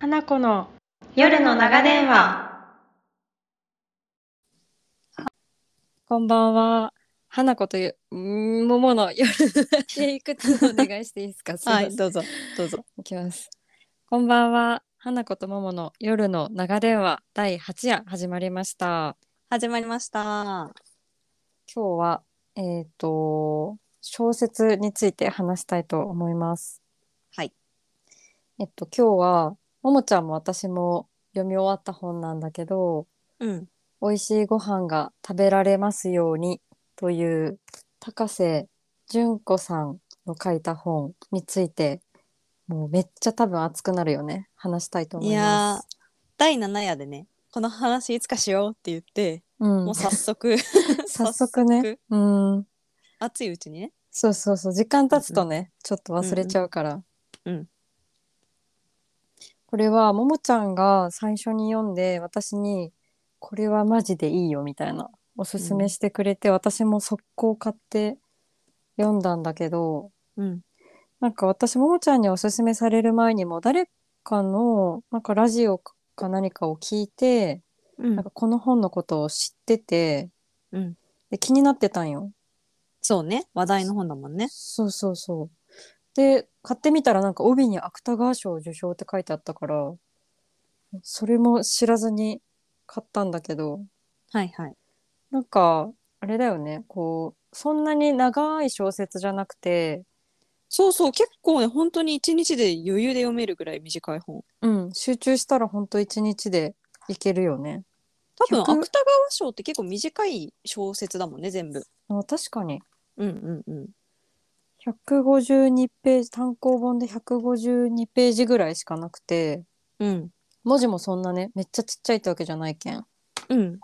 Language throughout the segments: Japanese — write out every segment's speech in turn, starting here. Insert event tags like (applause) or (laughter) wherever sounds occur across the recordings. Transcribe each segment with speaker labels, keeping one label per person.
Speaker 1: 花子の
Speaker 2: 夜の長電話。
Speaker 1: こんばんは。花子という、んー桃の夜へ行くつお願いしていいですか。すま
Speaker 2: は
Speaker 1: せん
Speaker 2: い、どうぞ、どうぞ。
Speaker 1: いきます。こんばんは。花子と桃の夜の長電話第8夜始まりました。
Speaker 2: 始まりました。
Speaker 1: 今日は、えっ、と、小説について話したいと思います。
Speaker 2: はい。
Speaker 1: えっと、今日は、桃ちゃんも私も読み終わった本なんだけど、
Speaker 2: うん。
Speaker 1: 美味しいご飯が食べられますようにという高瀬純子さんの書いた本についてもうめっちゃ多分熱くなるよね話したいと思
Speaker 2: い
Speaker 1: い
Speaker 2: や
Speaker 1: ま
Speaker 2: ー
Speaker 1: す。、
Speaker 2: 第7夜でね、この話いつかしようって言って、
Speaker 1: うん
Speaker 2: もう、早 (laughs) 速、
Speaker 1: 早速ね。うん
Speaker 2: 熱いうちにね。
Speaker 1: そうそうそう時間経つとね、ちょっと忘れちゃうから。
Speaker 2: うんうん
Speaker 1: これはももちゃんが最初に読んで私に「これはマジでいいよ」みたいなおすすめしてくれて、私も速攻買って読んだんだけど
Speaker 2: うん。
Speaker 1: なんか私ももちゃんにおすすめされる前にも誰かのなんかラジオか何かを聞いて、
Speaker 2: うん
Speaker 1: なんかこの本のことを知ってて
Speaker 2: うん。
Speaker 1: で気になってたんよ。
Speaker 2: そうね、話題の本だもんね。
Speaker 1: そうそうそう。で買ってみたらなんか帯に芥川賞受賞って書いてあったからそれも知らずに買ったんだけど
Speaker 2: はいはい。
Speaker 1: なんかあれだよねこうそんなに長い小説じゃなくて
Speaker 2: そうそう、結構ね、本当に1日で余裕で読めるぐらい短い本。
Speaker 1: うん集中したらほんと一日でいけるよね。
Speaker 2: 多分、
Speaker 1: 100
Speaker 2: 芥川賞って結構短い小説だもんね、全部。
Speaker 1: あ確かに
Speaker 2: うんうんうん。
Speaker 1: 152ページ単行本で152ページぐらいしかなくて
Speaker 2: うん。
Speaker 1: 文字もそんなねめっちゃちっちゃいってわけじゃないけん。
Speaker 2: うん。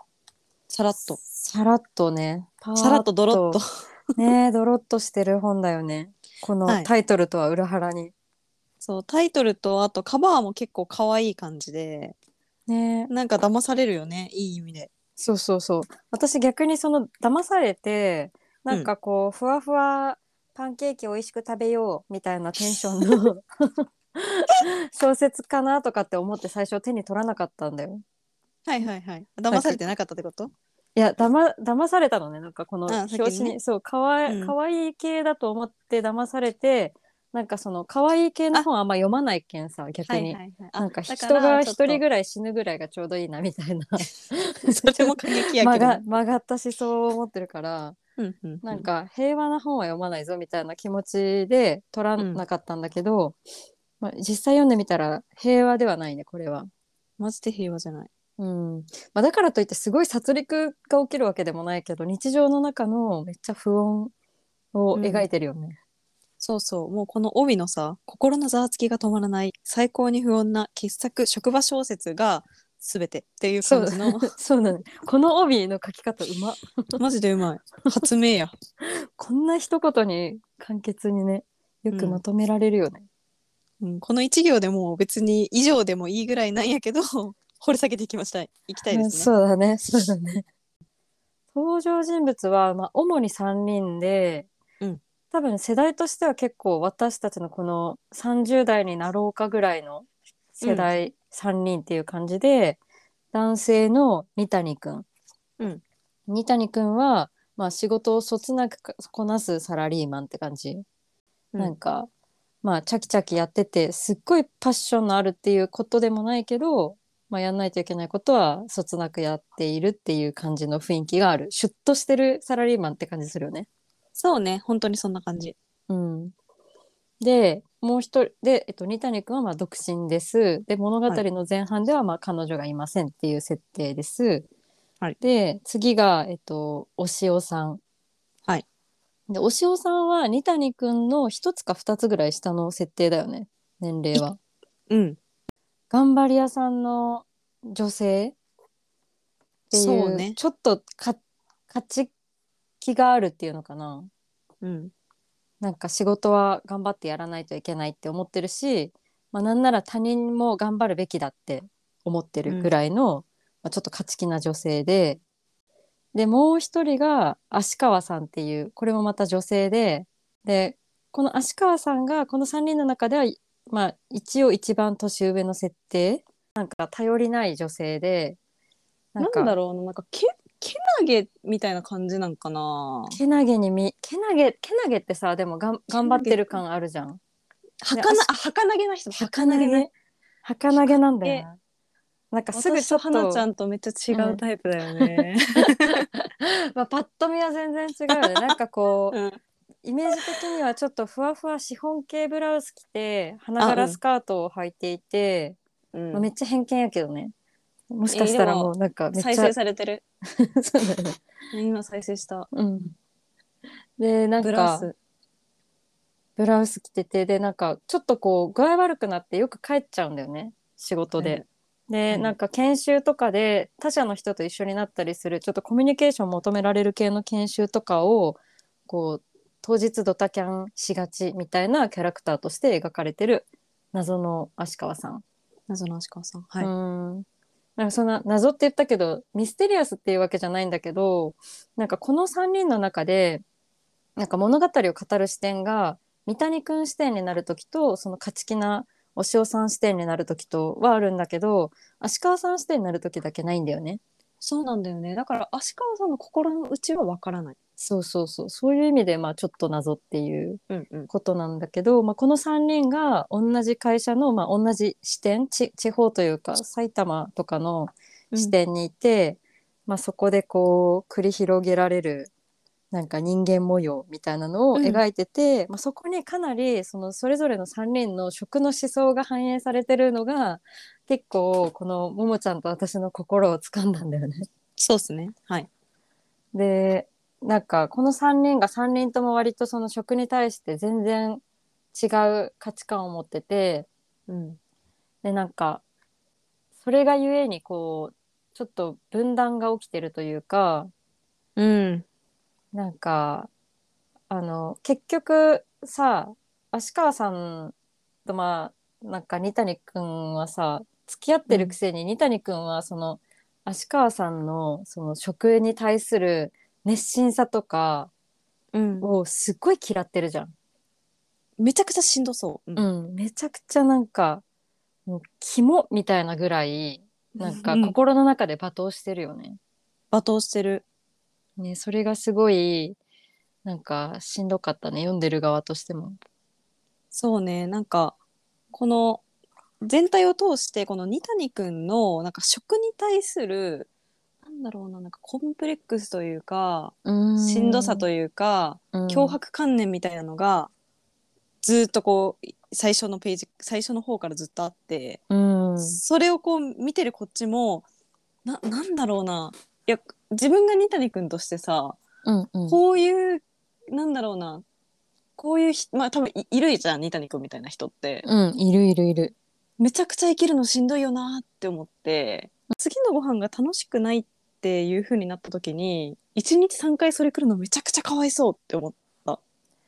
Speaker 2: さらっと。
Speaker 1: さらっとねパー
Speaker 2: さらっとドロッと。 (laughs)
Speaker 1: ねえドロッとしてる本だよねこ
Speaker 2: は
Speaker 1: の
Speaker 2: い
Speaker 1: タイトルとは裏腹に、
Speaker 2: そう、タイトルと、あとカバーも結構可愛い感じで。
Speaker 1: ねえ
Speaker 2: なんか騙されるよね、いい意味で。
Speaker 1: そうそうそう私逆にその騙されてなんかこう、ふわふわパンケーキ美味しく食べようみたいなテンションの (laughs) 小説かなとかって思って最初手に取らなかったんだよ
Speaker 2: はいはいはい。騙されてなかったってこと
Speaker 1: いやだま騙されたのねなんかこの
Speaker 2: あ
Speaker 1: 表
Speaker 2: 先にね
Speaker 1: 紙にそうかわい,、
Speaker 2: うん
Speaker 1: かわいい系だと思って騙されてなんかそのかわいい系の本あんま読まないけんさ逆に、
Speaker 2: いはい。
Speaker 1: なんか人が一人
Speaker 2: ら
Speaker 1: ぐらい死ぬぐらいがちょうどいいなみたいな
Speaker 2: い。 (laughs) それも過激
Speaker 1: (laughs)
Speaker 2: や
Speaker 1: 曲
Speaker 2: けど
Speaker 1: が。曲がった思想を持ってるから
Speaker 2: うんうん
Speaker 1: なんか平和な本は読まないぞみたいな気持ちで取らなかったんだけど、まあ、実際読んでみたら平和ではないねこれは。
Speaker 2: マジで平和じゃない。
Speaker 1: うんまあ、だからといってすごい殺戮が起きるわけでもないけど日常の中のめっちゃ不穏を描いてるよね。 (laughs)
Speaker 2: そうそう。もうこの帯のさ、心のざわつきが止まらない、最高に不穏な傑作職場小説が全てっていう感じの、
Speaker 1: そうだねこの帯の書き方うま
Speaker 2: (laughs) マジでうまい。発明や。
Speaker 1: こんな一言に簡潔にねよくまとめられるよね。
Speaker 2: うん、この一行でもう別に以上でもいいぐらいなんやけど、掘り下げていきましたい。いきたいですね。
Speaker 1: そうだね、そうだね。登場人物は、まあ、主に3人で、
Speaker 2: うん
Speaker 1: 多分世代としては結構私たちのこの30代になろうかぐらいの世代3人っていう感じで、男性の二谷くん。
Speaker 2: うん
Speaker 1: 二谷くんは、まあ、仕事をそつなくこなすサラリーマンって感じ。
Speaker 2: うん
Speaker 1: なんかまあチャキチャキやっててすっごいパッションのあるっていうことでもないけど、まあ、やんないといけないことはそつなくやっているっていう感じの雰囲気があるシュッとしてるサラリーマンって感じするよね。
Speaker 2: そうね。本当にそんな感じ。
Speaker 1: うん、でもう一人で、えっと、二谷君はまあ独身ですで物語の前半ではまあ彼女がいませんっていう設定です。
Speaker 2: はい
Speaker 1: で次が、えっと、お塩さん。
Speaker 2: はい、
Speaker 1: でお塩さんは二谷君の一つか二つぐらい下の設定だよね年齢は。
Speaker 2: うん。
Speaker 1: 頑張り屋さんの女性ってい
Speaker 2: そううね
Speaker 1: ちょっとか勝ち気があるっていうのかな
Speaker 2: うん。
Speaker 1: なんか仕事は頑張ってやらないといけないって思ってるし、まあなんなら他人も頑張るべきだって思ってるぐらいの、まあちょっと勝ち気な女性ででもう一人が芦川さんっていうこれもまた女性ででこの芦川さんがこの3人の中ではまあ、一応一番年上の設定なんか頼りない女性で
Speaker 2: なん
Speaker 1: か
Speaker 2: だろうななんかけけなげみたいな感じなんかな
Speaker 1: けなげに見けなげけなげってさでもがん頑張ってる感あるじゃん。
Speaker 2: はかなあはかなげな人はかなげね
Speaker 1: はかなげなんだよな。なんかす
Speaker 2: す
Speaker 1: ぐ
Speaker 2: ぐ
Speaker 1: ちょっ
Speaker 2: はな
Speaker 1: と
Speaker 2: ちゃんとめっちゃ違うタイプだよね、
Speaker 1: まあ、パッと見は全然違う (laughs) よね。なんかこう
Speaker 2: うん
Speaker 1: イメージ的にはちょっとふわふわシフォン系ブラウス着て花柄スカートを履いていて、
Speaker 2: (laughs)
Speaker 1: まあ、めっちゃ偏見やけどねもしかしたらもうなんかめっち
Speaker 2: 再
Speaker 1: ゃ、
Speaker 2: 生されてる
Speaker 1: (laughs) そうだよね、
Speaker 2: 今再生した
Speaker 1: うん、でなんか
Speaker 2: ブラウス
Speaker 1: ブラウス着ててでなんかちょっとこう具合悪くなってよく帰っちゃうんだよね仕事で。で、
Speaker 2: うん
Speaker 1: なんか研修とかで他社の人と一緒になったりするちょっとコミュニケーション求められる系の研修とかをこう当日ドタキャンしがちみたいなキャラクターとして描かれてる謎の芦川さん。、
Speaker 2: 謎の足川さんはいう
Speaker 1: んなんかそんな謎って言ったけどミステリアスっていうわけじゃないんだけどなんかこの3人の中でなんか物語を語る視点が三谷くん視点になる時とその勝ち気なお塩さん視点になる時とはあるんだけど芦川さん視点になる時だけないんだよね。
Speaker 2: そうなんだよねだから足川さんの心の内はわからない、
Speaker 1: そうそうそうそういう意味でまあちょっと謎っていう
Speaker 2: うんうん、
Speaker 1: ことなんだけど、まあ、この3人が同じ会社の、まあ、同じ支店ち地方というか埼玉とかの視点にいて、まあ、そこでこう繰り広げられるなんか人間模様みたいなのを
Speaker 2: うん
Speaker 1: 描いてて、まあ、そこにかなりそのそれぞれの3人の食の思想が反映されてるのが結構このももちゃんと私の心を掴んだんだよね。
Speaker 2: そうですねはい
Speaker 1: でなんかこの3人が3人とも割とその食に対して全然違う価値観を持ってて
Speaker 2: うん
Speaker 1: でなんかそれがゆえにこうちょっと分断が起きてるというか
Speaker 2: うん
Speaker 1: なんかあの結局さ芦川さんとまあなんか二谷くんはさ付き合ってるくせに二谷くんはその芦川さんのその職に対する熱心さとか
Speaker 2: うん
Speaker 1: をすっごい嫌ってるじゃん。
Speaker 2: めちゃくちゃしんどそう、うん
Speaker 1: うん、めちゃくちゃなんかもう肝みたいなぐらいなんか
Speaker 2: うん
Speaker 1: 心の中で罵倒してるよね。
Speaker 2: 罵倒してる
Speaker 1: ねそれがすごいなんかしんどかったね読んでる側としても。
Speaker 2: そうねなんかこの全体を通してこの二谷くんのなんか食に対するなんだろうななんかコンプレックスというかしんどさというか
Speaker 1: うん
Speaker 2: 強迫観念みたいなのがずっとこう最初のページ最初の方からずっとあって、
Speaker 1: うん、
Speaker 2: それをこう見てるこっちもななんだろうないや自分が二谷くんとしてさ、
Speaker 1: うんうん
Speaker 2: こういう、なんだろうな、こういうひ、まあ多分いいるじゃん、二谷君みたいな人って。
Speaker 1: うん、いるいるいる。
Speaker 2: めちゃくちゃ生きるのしんどいよなって思って、次のご飯が楽しくないっていう風になった時に、一日三回それ来るのめちゃくちゃかわいそうって思って。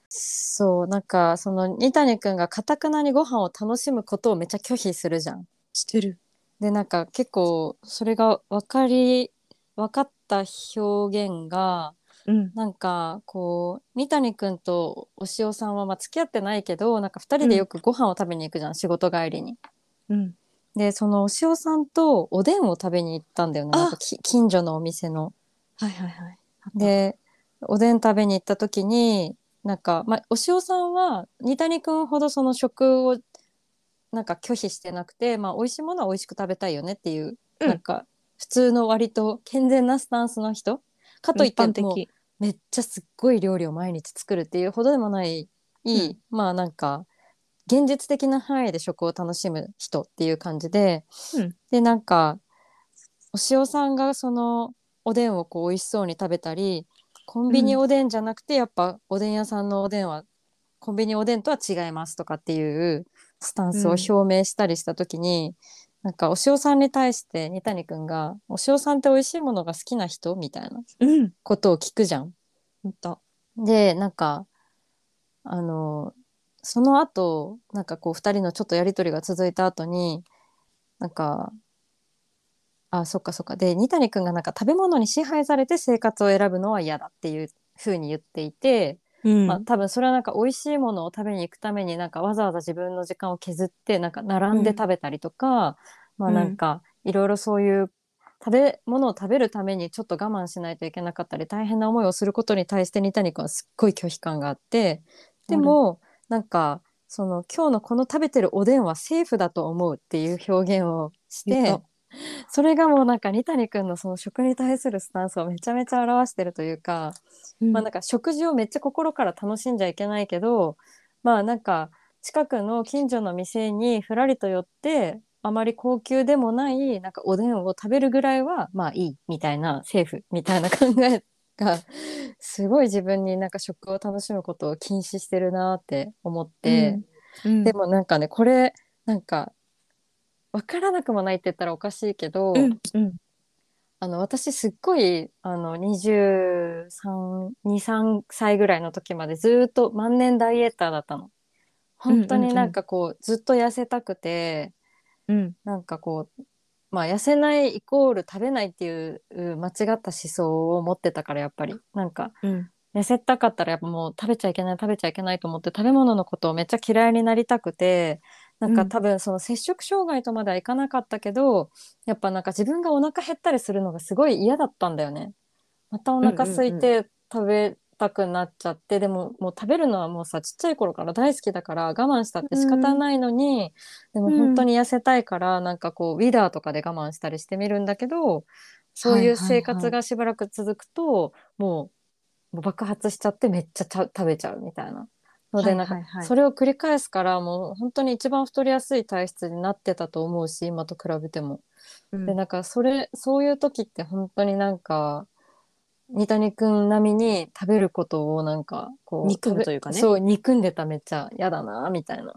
Speaker 1: そうなんかその二谷くんがかたくなにご飯を楽しむことをめっちゃ拒否するじゃん。
Speaker 2: してる。
Speaker 1: でなんか結構それが分かり分かった表現が
Speaker 2: うん。
Speaker 1: なんかこう二谷くんとお塩さんはまあ付き合ってないけどなんか2人でよくご飯を食べに行くじゃん、仕事帰りに。
Speaker 2: うん。
Speaker 1: でそのお塩さんとおでんを食べに行ったんだよね
Speaker 2: あ
Speaker 1: なんかき近所のお店の。
Speaker 2: はいはいはい。
Speaker 1: でおでん食べに行った時になんか、まあ、お塩さんは二谷くんほどその食をなんか拒否してなくて、まあ、美味しいものは美味しく食べたいよねっていう、
Speaker 2: うん
Speaker 1: なんか普通の割と健全なスタンスの人かといっ
Speaker 2: 一般
Speaker 1: て
Speaker 2: 的
Speaker 1: もう。めっちゃすっごい料理を毎日作るっていうほどでもない、いいまあなんか現実的な範囲で食を楽しむ人っていう感じで、
Speaker 2: うん
Speaker 1: でなんかお塩さんがそのおでんをこう美味しそうに食べたりコンビニ
Speaker 2: うん
Speaker 1: おでんじゃなくてやっぱおでん屋さんのおでんはコンビニおでんとは違いますとかっていうスタンスを表明したりした時に、なんかお塩さんに対して二谷くんが「お塩さんって美味しいものが好きな人?」みたいな
Speaker 2: うん。
Speaker 1: ことを聞くじゃん。
Speaker 2: ほんと。
Speaker 1: でなんかあのその後なんかこう2人のちょっとやり取りが続いた後になんかあそっかそっかで二谷くんがなんか食べ物に支配されて生活を選ぶのは嫌だっていうふうに言っていて
Speaker 2: うん
Speaker 1: まあ、多分それはなんか美味しいものを食べに行くためになんかわざわざ自分の時間を削ってなんか並んで食べたりとか、まあなんかいろいろそういう食べ物を食べるためにちょっと我慢しないといけなかったり大変な思いをすることに対してニタニ君はすっごい拒否感があってでもなんかその今日のこの食べてるおでんはセーフだと思うっていう表現をして。それがもうなんかニタニ君のその食に対するスタンスをめちゃめちゃ表してるというか、
Speaker 2: うん
Speaker 1: まあ、なんか食事をめっちゃ心から楽しんじゃいけないけどまあなんか近くの近所の店にふらりと寄ってあまり高級でもないなんかおでんを食べるぐらいはまあいいみたいなセーフみたいな考えがすごい自分になんか食を楽しむことを禁止してるなって思って。
Speaker 2: うん
Speaker 1: でもなんかねこれなんか分からなくもないって言ったらおかしいけど、
Speaker 2: うんうん
Speaker 1: あの私すっごいあの2323歳ぐらいの時までずっと万年ダイエッターだったの。本当になんかこう,、ずっと痩せたくて
Speaker 2: うん
Speaker 1: なんかこうまあ痩せないイコール食べないっていううん間違った思想を持ってたからやっぱりなんか
Speaker 2: うん
Speaker 1: 痩せたかったらやっぱもう食べちゃいけない食べちゃいけないと思って食べ物のことをめっちゃ嫌いになりたくてなん
Speaker 2: う
Speaker 1: か
Speaker 2: ん
Speaker 1: 多分その摂食障害とまではいかなかったけど、やっぱなんか自分がお腹減ったりするのがすごい嫌だったんだよね。またお腹空いて食べたくなっちゃって、でももう食べるのはもうさちっちゃい頃から大好きだから我慢したって仕方ないのに、
Speaker 2: ん
Speaker 1: でも本当に痩せたいからなんかこうウィダーとかで我慢したりしてみるんだけどそういう生活がしばらく続くと、もうもう爆発しちゃってめっちゃた食べちゃうみたいなので、なんか
Speaker 2: はいはいはい
Speaker 1: それを繰り返すからもう本当に一番太りやすい体質になってたと思うし今と比べても。
Speaker 2: うん
Speaker 1: でなんかそれそういう時って本当になんか三谷くん並みに食べることをなんかこう
Speaker 2: 憎むというかね
Speaker 1: 食べそう憎んでためっちゃ嫌だなみたいな。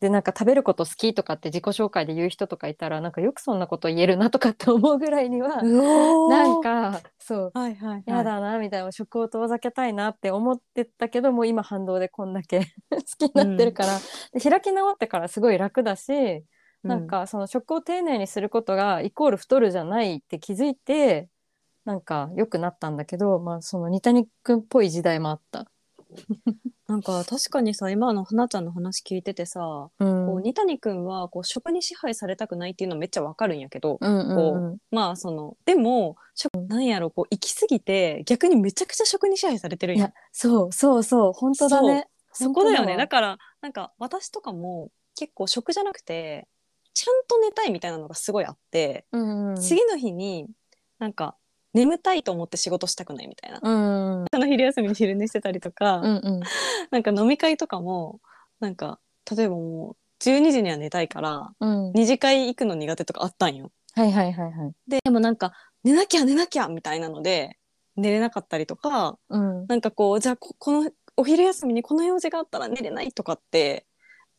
Speaker 1: でなんか食べること好きとかって自己紹介で言う人とかいたらなんかよくそんなこと言えるなとかって思うぐらいには、
Speaker 2: うおー
Speaker 1: なんかそう
Speaker 2: はいはいはい
Speaker 1: 嫌だなみたいな食を遠ざけたいなって思ってたけどもう今反動でこんだけ (laughs) 好きになってるから、で開き直ってからすごい楽だし
Speaker 2: う
Speaker 1: なんかその食を丁寧にすることがイコール太るじゃないって気づいてなんか良くなったんだけど、まあ、その二谷くんっぽい時代もあった。
Speaker 2: なんか確かにさ今の花ちゃんの話聞いててさ、
Speaker 1: うん
Speaker 2: こう二谷君はこう食に支配されたくないっていうのめっちゃわかるんやけど、
Speaker 1: うんうんうん
Speaker 2: まあそのでも食なんやろこう行き過ぎて逆にめちゃくちゃ食に支配されてるん
Speaker 1: い
Speaker 2: や
Speaker 1: やそうそうそう本当だね。
Speaker 2: そこだよね
Speaker 1: 本当だわ
Speaker 2: だからなんか私とかも結構食じゃなくてちゃんと寝たいみたいなのがすごいあって、
Speaker 1: うんうん
Speaker 2: 次の日になんか眠たいと思って仕事したくないみたいな、 (laughs)
Speaker 1: うんうん
Speaker 2: あの昼休みに昼寝してたりとか、
Speaker 1: うんうん
Speaker 2: なんか飲み会とかもなんか例えばもう12時には寝たいから
Speaker 1: うん
Speaker 2: 二次会行くの苦手とかあったんよ。
Speaker 1: はいはいはいはい。
Speaker 2: ででもなんか寝なきゃ寝なきゃみたいなので寝れなかったりとか
Speaker 1: うん
Speaker 2: なんかこうじゃあここのお昼休みにこの用事があったら寝れないとかって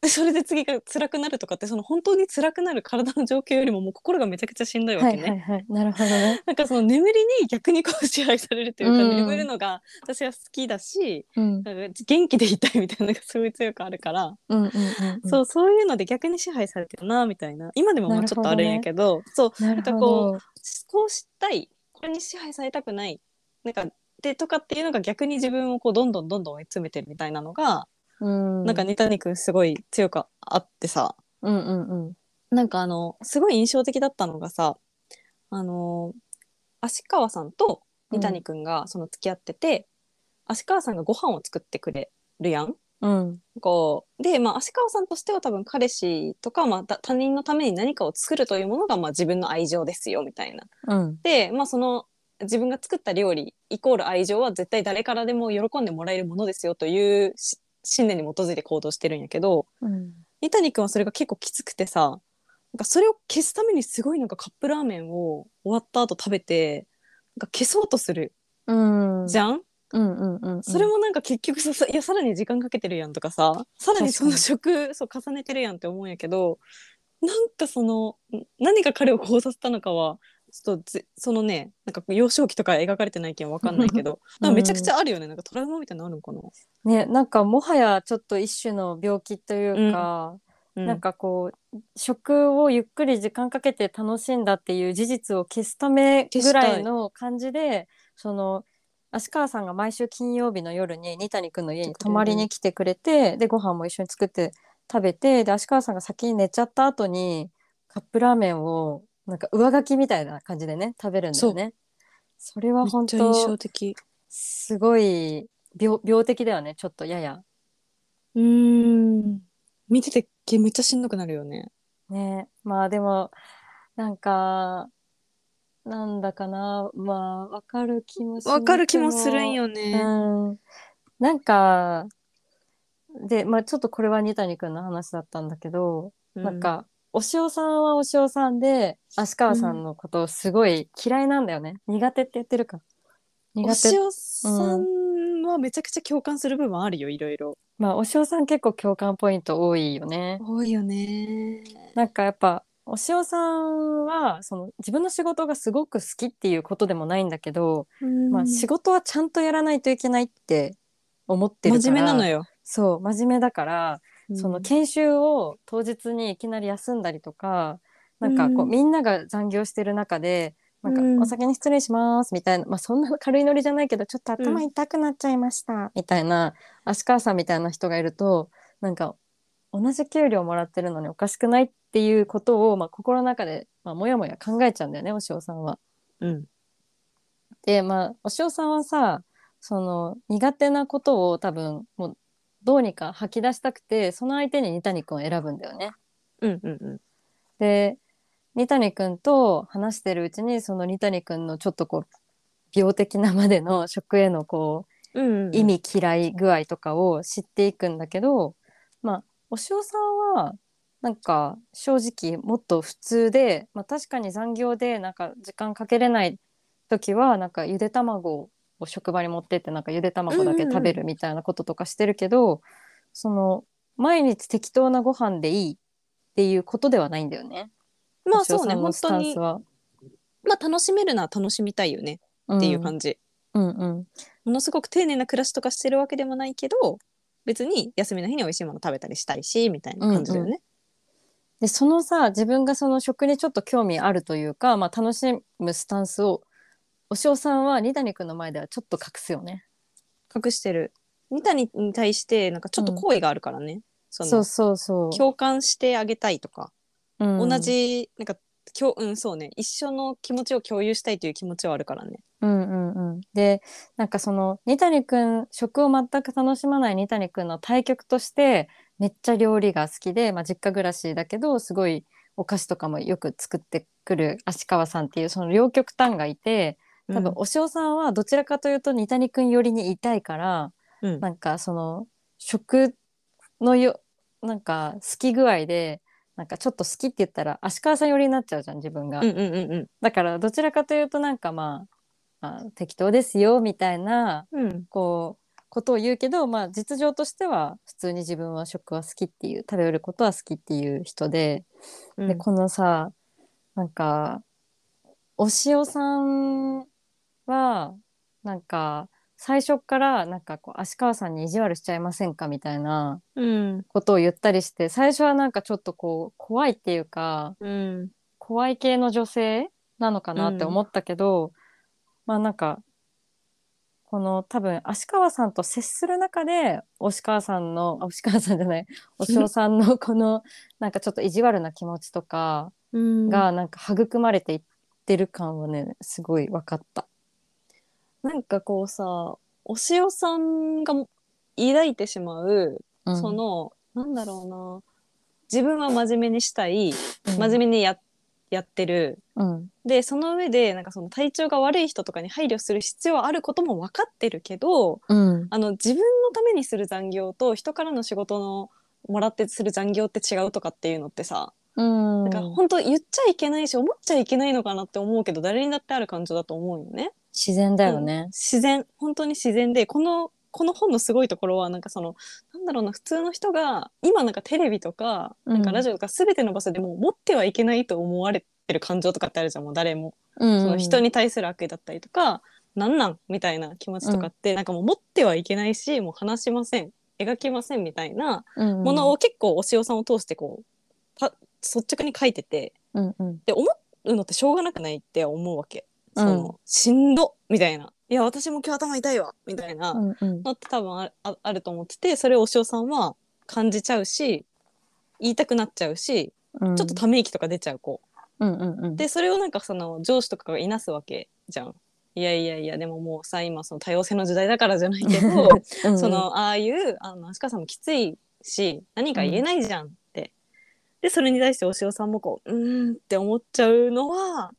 Speaker 2: それで次が辛くなるとかってその本当に辛くなる体の状況よりももう心がめちゃくちゃしんどいわ
Speaker 1: は
Speaker 2: け
Speaker 1: い
Speaker 2: ね。
Speaker 1: はいはいなるほどね。
Speaker 2: なんかその眠りに逆にこう支配されるというか、
Speaker 1: うん
Speaker 2: 眠るのが私は好きだし
Speaker 1: うん
Speaker 2: なんか元気でいたいみたいなのがすごい強くあるから、
Speaker 1: うんうんうんうん。
Speaker 2: そうそういうので逆に支配されてるなみたいな今でもまあちょっとあるんやけどそう
Speaker 1: な
Speaker 2: な
Speaker 1: る
Speaker 2: んか
Speaker 1: ほ
Speaker 2: こ
Speaker 1: ど。
Speaker 2: こうしたいこれに支配されたくないなんかでとかっていうのが逆に自分をこうどんどんどんどん追い詰めてるみたいなのが、
Speaker 1: うん
Speaker 2: なんか二谷君すごい強くあってさ
Speaker 1: うんうんうん。
Speaker 2: なんかあのすごい印象的だったのがさあの芦川さんと二谷君がその付き合ってて、芦川さんがご飯を作ってくれるやん。
Speaker 1: うん
Speaker 2: こうで、まあ、芦川さんとしては多分彼氏とか、まあ、た他人のために何かを作るというものが、まあ、自分の愛情ですよみたいな
Speaker 1: うん
Speaker 2: で、まあ、その自分が作った料理イコール愛情は絶対誰からでも喜んでもらえるものですよというし信念に基づいて行動してるんやけど
Speaker 1: うん
Speaker 2: 三谷君はそれが結構きつくてさなんかそれを消すためにすごいなんかカップラーメンを終わった後食べてなんか消そうとする
Speaker 1: うん。
Speaker 2: じ
Speaker 1: ゃ
Speaker 2: ゃん、
Speaker 1: うんうんうんうん。
Speaker 2: それもなんか結局ささいやさらに時間かけてるやんとかささらにその食そう重ねてるやんって思うんやけどなんかそのん何が彼をこうさせたのかはちょっとぜそのねなんか幼少期とか描かれてないけんわかんないけどなんかめちゃくちゃあるよねなんかトラウマみたいなのあるのかな、
Speaker 1: ね、なんかもはやちょっと一種の病気というか、
Speaker 2: うん、
Speaker 1: なんかこう食をゆっくり時間かけて楽しんだっていう事実を消すためぐらいの感じでその芦川さんが毎週金曜日の夜に二谷くんの家に泊まりに来てくれてでご飯も一緒に作って食べてで芦川さんが先に寝ちゃった後にカップラーメンをなんか上書きみたいな感じでね食べるんだよね。それは
Speaker 2: めっ
Speaker 1: 本
Speaker 2: ちゃ印象
Speaker 1: 当
Speaker 2: 的
Speaker 1: すごい病病的だよねちょっとやや。
Speaker 2: うーん見ててけめっちゃしんどくなるよね
Speaker 1: ねまあでもなんかなんだかなまあわかる気もしなく
Speaker 2: わかる気もするんよ
Speaker 1: う
Speaker 2: ね
Speaker 1: んなんかでまあちょっとこれは二谷君の話だったんだけど、なんか押尾さんは押尾さんで芦川さんのことをすごい嫌いなんだよね、苦手って言ってるか
Speaker 2: お
Speaker 1: 苦手
Speaker 2: 塩さんはめちゃくちゃ共感する部分あるよいろいろ
Speaker 1: まあ押尾さん結構共感ポイント多いよね
Speaker 2: 多いよね
Speaker 1: なんかやっぱ押尾さんはその自分の仕事がすごく好きっていうことでもないんだけど、まあ、仕事はちゃんとやらないといけないって思ってるから
Speaker 2: 真面目なのよ
Speaker 1: そう真面目だからその研修を当日にいきなり休んだりとか、なんかこう、
Speaker 2: うん
Speaker 1: みんなが残業してる中で、なん
Speaker 2: うん
Speaker 1: かお先に失礼しますみたいな、まあそんな軽いノリじゃないけど、ちょっと頭痛くなっちゃいましたみたいな、足川さんみたいな人がいると、なんか同じ給料もらってるのにおかしくないっていうことを、まあ心の中で、まあもやもや考えちゃうんだよね、お塩さんは。
Speaker 2: うん
Speaker 1: でまあお塩さんはさその苦手なことを多分もうどうにか吐き出したくてその相手に二谷くんを選ぶんだよね。
Speaker 2: うんうんうん
Speaker 1: で二谷くんと話してるうちにその二谷くんのちょっとこう病的なまでの食へのこ
Speaker 2: うんう
Speaker 1: うん意味嫌い具合とかを知っていくんだけどまあお塩さんはなんか正直もっと普通で、まあ、確かに残業でなんか時間かけれない時はなんかゆで卵を職場に持ってってなんかゆで卵だけ食べるみたいなこととかしてるけど、その毎日適当なご飯でいいっていうことではないんだよね。
Speaker 2: まあそうね
Speaker 1: お塩
Speaker 2: 本
Speaker 1: さん
Speaker 2: 当
Speaker 1: のスタン
Speaker 2: に
Speaker 1: スは
Speaker 2: まあ楽しめるなら楽しみたいよねっていう感じ、
Speaker 1: うんうん
Speaker 2: ものすごく丁寧な暮らしとかしてるわけでもないけど別に休みの日に美味しいもの食べたりしたいしみたいな感じだよね、
Speaker 1: でそのさ自分がその食にちょっと興味あるというか、まあ、楽しむスタンスをお塩さんは二谷くんの前ではちょっと隠すよね。
Speaker 2: 隠してる三谷に対してなんかちょっと好意があるからね、そ
Speaker 1: そう
Speaker 2: の
Speaker 1: そうそう。
Speaker 2: 共感してあげたいとか、
Speaker 1: うん
Speaker 2: 同じなんかきょうんそうね一緒の気持ちを共有したいという気持ちはあるからね
Speaker 1: うんうんうん、でなんかその二谷くん食を全く楽しまない二谷くんの対局としてめっちゃ料理が好きで、まあ、実家暮らしだけどすごいお菓子とかもよく作ってくる芦川さんっていうその両極端がいて多分お塩さんはどちらかというと二谷くん寄りにいたいから、
Speaker 2: うん、
Speaker 1: なんかその食のよなんか好き具合でなんかちょっと好きって言ったら芦川さん寄りになっちゃうじゃん自分が。
Speaker 2: うんうんうん
Speaker 1: だからどちらかというとなんかまああ適当ですよみたいな
Speaker 2: うんうん
Speaker 1: こうことを言うけど、まあ、実情としては普通に自分は食は好きっていう食べることは好きっていう人で,、
Speaker 2: うん
Speaker 1: でこのさなんかお塩さんはなんか最初っからなんかこう芦川さんに意地悪しちゃいませんかみたいな
Speaker 2: うん
Speaker 1: ことを言ったりして最初はなんかちょっとこう怖いっていうか
Speaker 2: うん
Speaker 1: 怖い系の女性なのかなって思ったけど、まあなんかこの多分芦川さんと接する中で押川さんのあ押川さんじ
Speaker 2: (laughs)
Speaker 1: ゃないお塩さんのこのなんかちょっと意地悪な気持ちとか
Speaker 2: うん
Speaker 1: がなんか育まれていってる感はねすごい分かった。
Speaker 2: なんかこうさお塩さんが抱いてしまう
Speaker 1: うん
Speaker 2: そのなんだろうな自分は真面目にしたい
Speaker 1: うん
Speaker 2: 真面目にや,、やってる
Speaker 1: うん
Speaker 2: でその上でなんかその体調が悪い人とかに配慮する必要はあることも分かってるけど
Speaker 1: うん
Speaker 2: あの自分のためにする残業と人からの仕事のもらってする残業って違うとかっていうのってさ、
Speaker 1: うん
Speaker 2: なんか本当言っちゃいけないし思っちゃいけないのかなって思うけど誰にだってある感情だと思うよね。
Speaker 1: 自然だよね。
Speaker 2: 自然本当に自然でこのこの本のすごいところはなんかそのなんだろうな普通の人が今なんかテレビとか
Speaker 1: うん
Speaker 2: なんかラジオとか全ての場所でもう持ってはいけないと思われてる感情とかってあるじゃんもう誰も、
Speaker 1: うん
Speaker 2: その人に対する悪意だったりとかなんなんみたいな気持ちとかって、なんかもう持ってはいけないしもう話しません描きませんみたいなものを結構お塩さんを通してこうた率直に書いてて
Speaker 1: うんうん
Speaker 2: で思うのってしょうがなくないって思うわけ。その
Speaker 1: う
Speaker 2: しんどみたいないや私も今日頭痛いわみたいな
Speaker 1: うんうん
Speaker 2: のって多分あるああると思っててそれをお塩さんは感じちゃうし言いたくなっちゃうし
Speaker 1: うん
Speaker 2: ちょっとため息とか出ちゃう子、
Speaker 1: うんうんうん
Speaker 2: でそれをなんかその上司とかがいなすわけじゃん。いやいやいやでももうさ今その多様性の時代だからじゃないけど
Speaker 1: うん
Speaker 2: そのああいうあの足利さんもきついし何か言えないじゃんって、でそれに対してお塩さんもこううーんって思っちゃうのは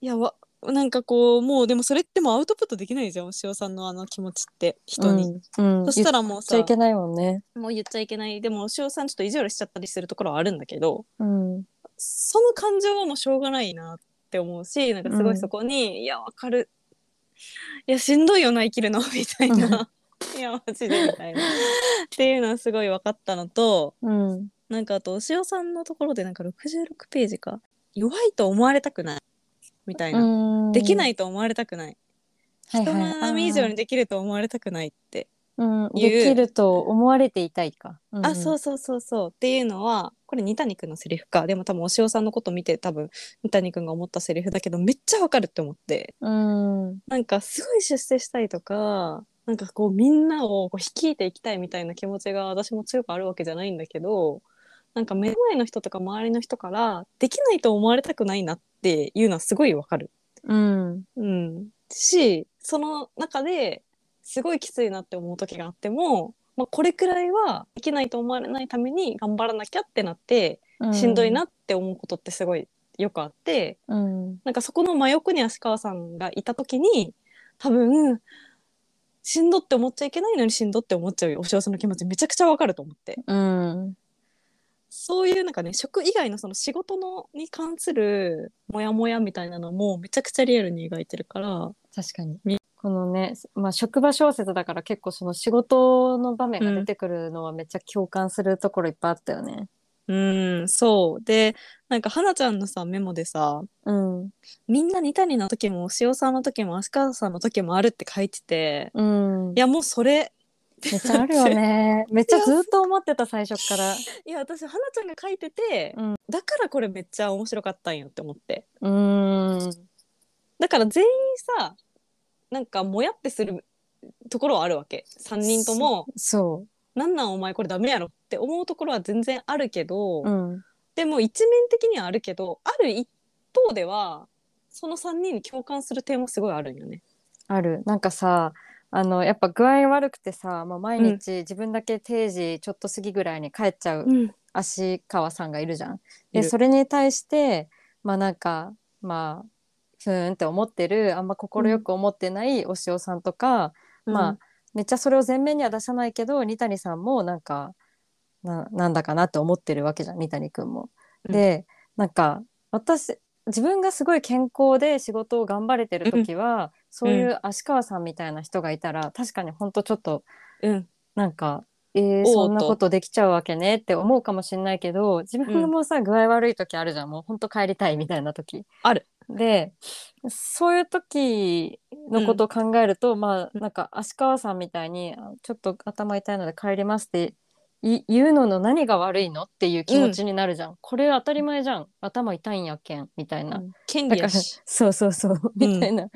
Speaker 2: いやわなんかこうもうでもそれってもうアウトプットできないじゃんお塩さんのあの気持ちって人に、、
Speaker 1: うんうん、
Speaker 2: そした
Speaker 1: ら言
Speaker 2: ら
Speaker 1: っ
Speaker 2: もう
Speaker 1: ちゃ
Speaker 2: さ
Speaker 1: いけないもんね
Speaker 2: もう言っちゃいけないでもお塩さんちょっと意地悪しちゃったりするところはあるんだけど
Speaker 1: うん
Speaker 2: その感情はもうしょうがないなって思うしなんかすごいそこに、いやわかるいやしんどいよな生きるのみたいな。 (laughs) いやマジでみたいなっていうのはすごい分かったのと
Speaker 1: うん
Speaker 2: なんかあとお塩さんのところでなんか66ページか弱いと思われたくないみたいな、
Speaker 1: うん、、
Speaker 2: できないいと思われたくない
Speaker 1: はい
Speaker 2: 人
Speaker 1: はい、
Speaker 2: の並み以上にできると思われたくないって
Speaker 1: あー、うん、
Speaker 2: いう
Speaker 1: できると思われていたいか、うん
Speaker 2: あそうそうそうそうっていうのはこれ二谷君のセリフかでも多分お塩さんのこと見て多分二谷君が思ったセリフだけどめっちゃわかるって思って
Speaker 1: うん、うん
Speaker 2: なんかすごい出世したいとかなんかこうみんなをこう率いていきたいみたいな気持ちが私も強くあるわけじゃないんだけどなんか目の前の人とか周りの人からできないと思われたくないなっていうのはすごいわかる。
Speaker 1: うん
Speaker 2: うん、しその中ですごいきついなって思う時があっても、まあ、これくらいはできないと思われないために頑張らなきゃってなってしんどいな、って思うことってすごいよくあって、
Speaker 1: うん、
Speaker 2: なんかそこの真横に足川さんがいた時に多分しんどって思っちゃいけないのにしんどって思っちゃうお塩さんの気持ちめちゃくちゃわかると思って。
Speaker 1: うん
Speaker 2: そういうなんかね食以外のその仕事のに関するモヤモヤみたいなのもめちゃくちゃリアルに描いてるから、
Speaker 1: 確かにこのね、まあ、職場小説だから結構その仕事の場面が出てくるのはめっちゃ共感するところいっぱいあったよね。
Speaker 2: うん、そう。で、なんか、花ちゃんのさ、メモでさ、
Speaker 1: うん、
Speaker 2: みんな二谷の時も、塩さんの時も、足川さんの時もあるって書いてて、
Speaker 1: うん
Speaker 2: (laughs) い、や、もうそれ、
Speaker 1: めっちゃあるよね。めっちゃずっと思ってた最初から。
Speaker 2: いや、私、花ちゃんが書いてて、
Speaker 1: うん
Speaker 2: だからこれめっちゃ面白かったんよって思って。
Speaker 1: うん、
Speaker 2: だから全員さ、なんか、もやってするところはあるわけ。三人とも、
Speaker 1: そ
Speaker 2: なんなんお前これダメやろって思うところは全然あるけど、
Speaker 1: う、うん、
Speaker 2: でも一面的にはあるけど、ある一方では、その三人に共感する点もすごいあるんよね。
Speaker 1: ある。なんかさ、あのやっぱ具合悪くてさ、まあ、毎日自分だけ定時ちょっと過ぎぐらいに帰っちゃう
Speaker 2: うん、
Speaker 1: 足川さんがいるじゃん。
Speaker 2: い
Speaker 1: で
Speaker 2: る
Speaker 1: それに対してまあなんかまあふーんって思ってるあんま快く思ってないお塩さんとか、まあめっちゃそれを前面には出さないけど二谷さんもなんかななんだかなって思ってるわけじゃん二谷くんも。
Speaker 2: うん
Speaker 1: でなんか私自分がすごい健康で仕事を頑張れてる時は、そういう足川さんみたいな人がいたら確かにほんとちょっと
Speaker 2: うん、
Speaker 1: なんか、えー
Speaker 2: おう
Speaker 1: そんな
Speaker 2: と
Speaker 1: ことできちゃうわけねって思うかもしれないけど自分もさ、具合悪い時あるじゃんもうほんと帰りたいみたいな時。
Speaker 2: ある。
Speaker 1: でそういう時のことを考えると、まあなんか芦川さんみたいにあ「ちょっと頭痛いので帰ります」ってい言うのの何が悪いのっていう気持ちになるじゃん、これ当たり前じゃん頭痛いんやっけんみたいな、
Speaker 2: 権
Speaker 1: だ
Speaker 2: 利
Speaker 1: から
Speaker 2: やし。
Speaker 1: そうそうそうみたいな
Speaker 2: わ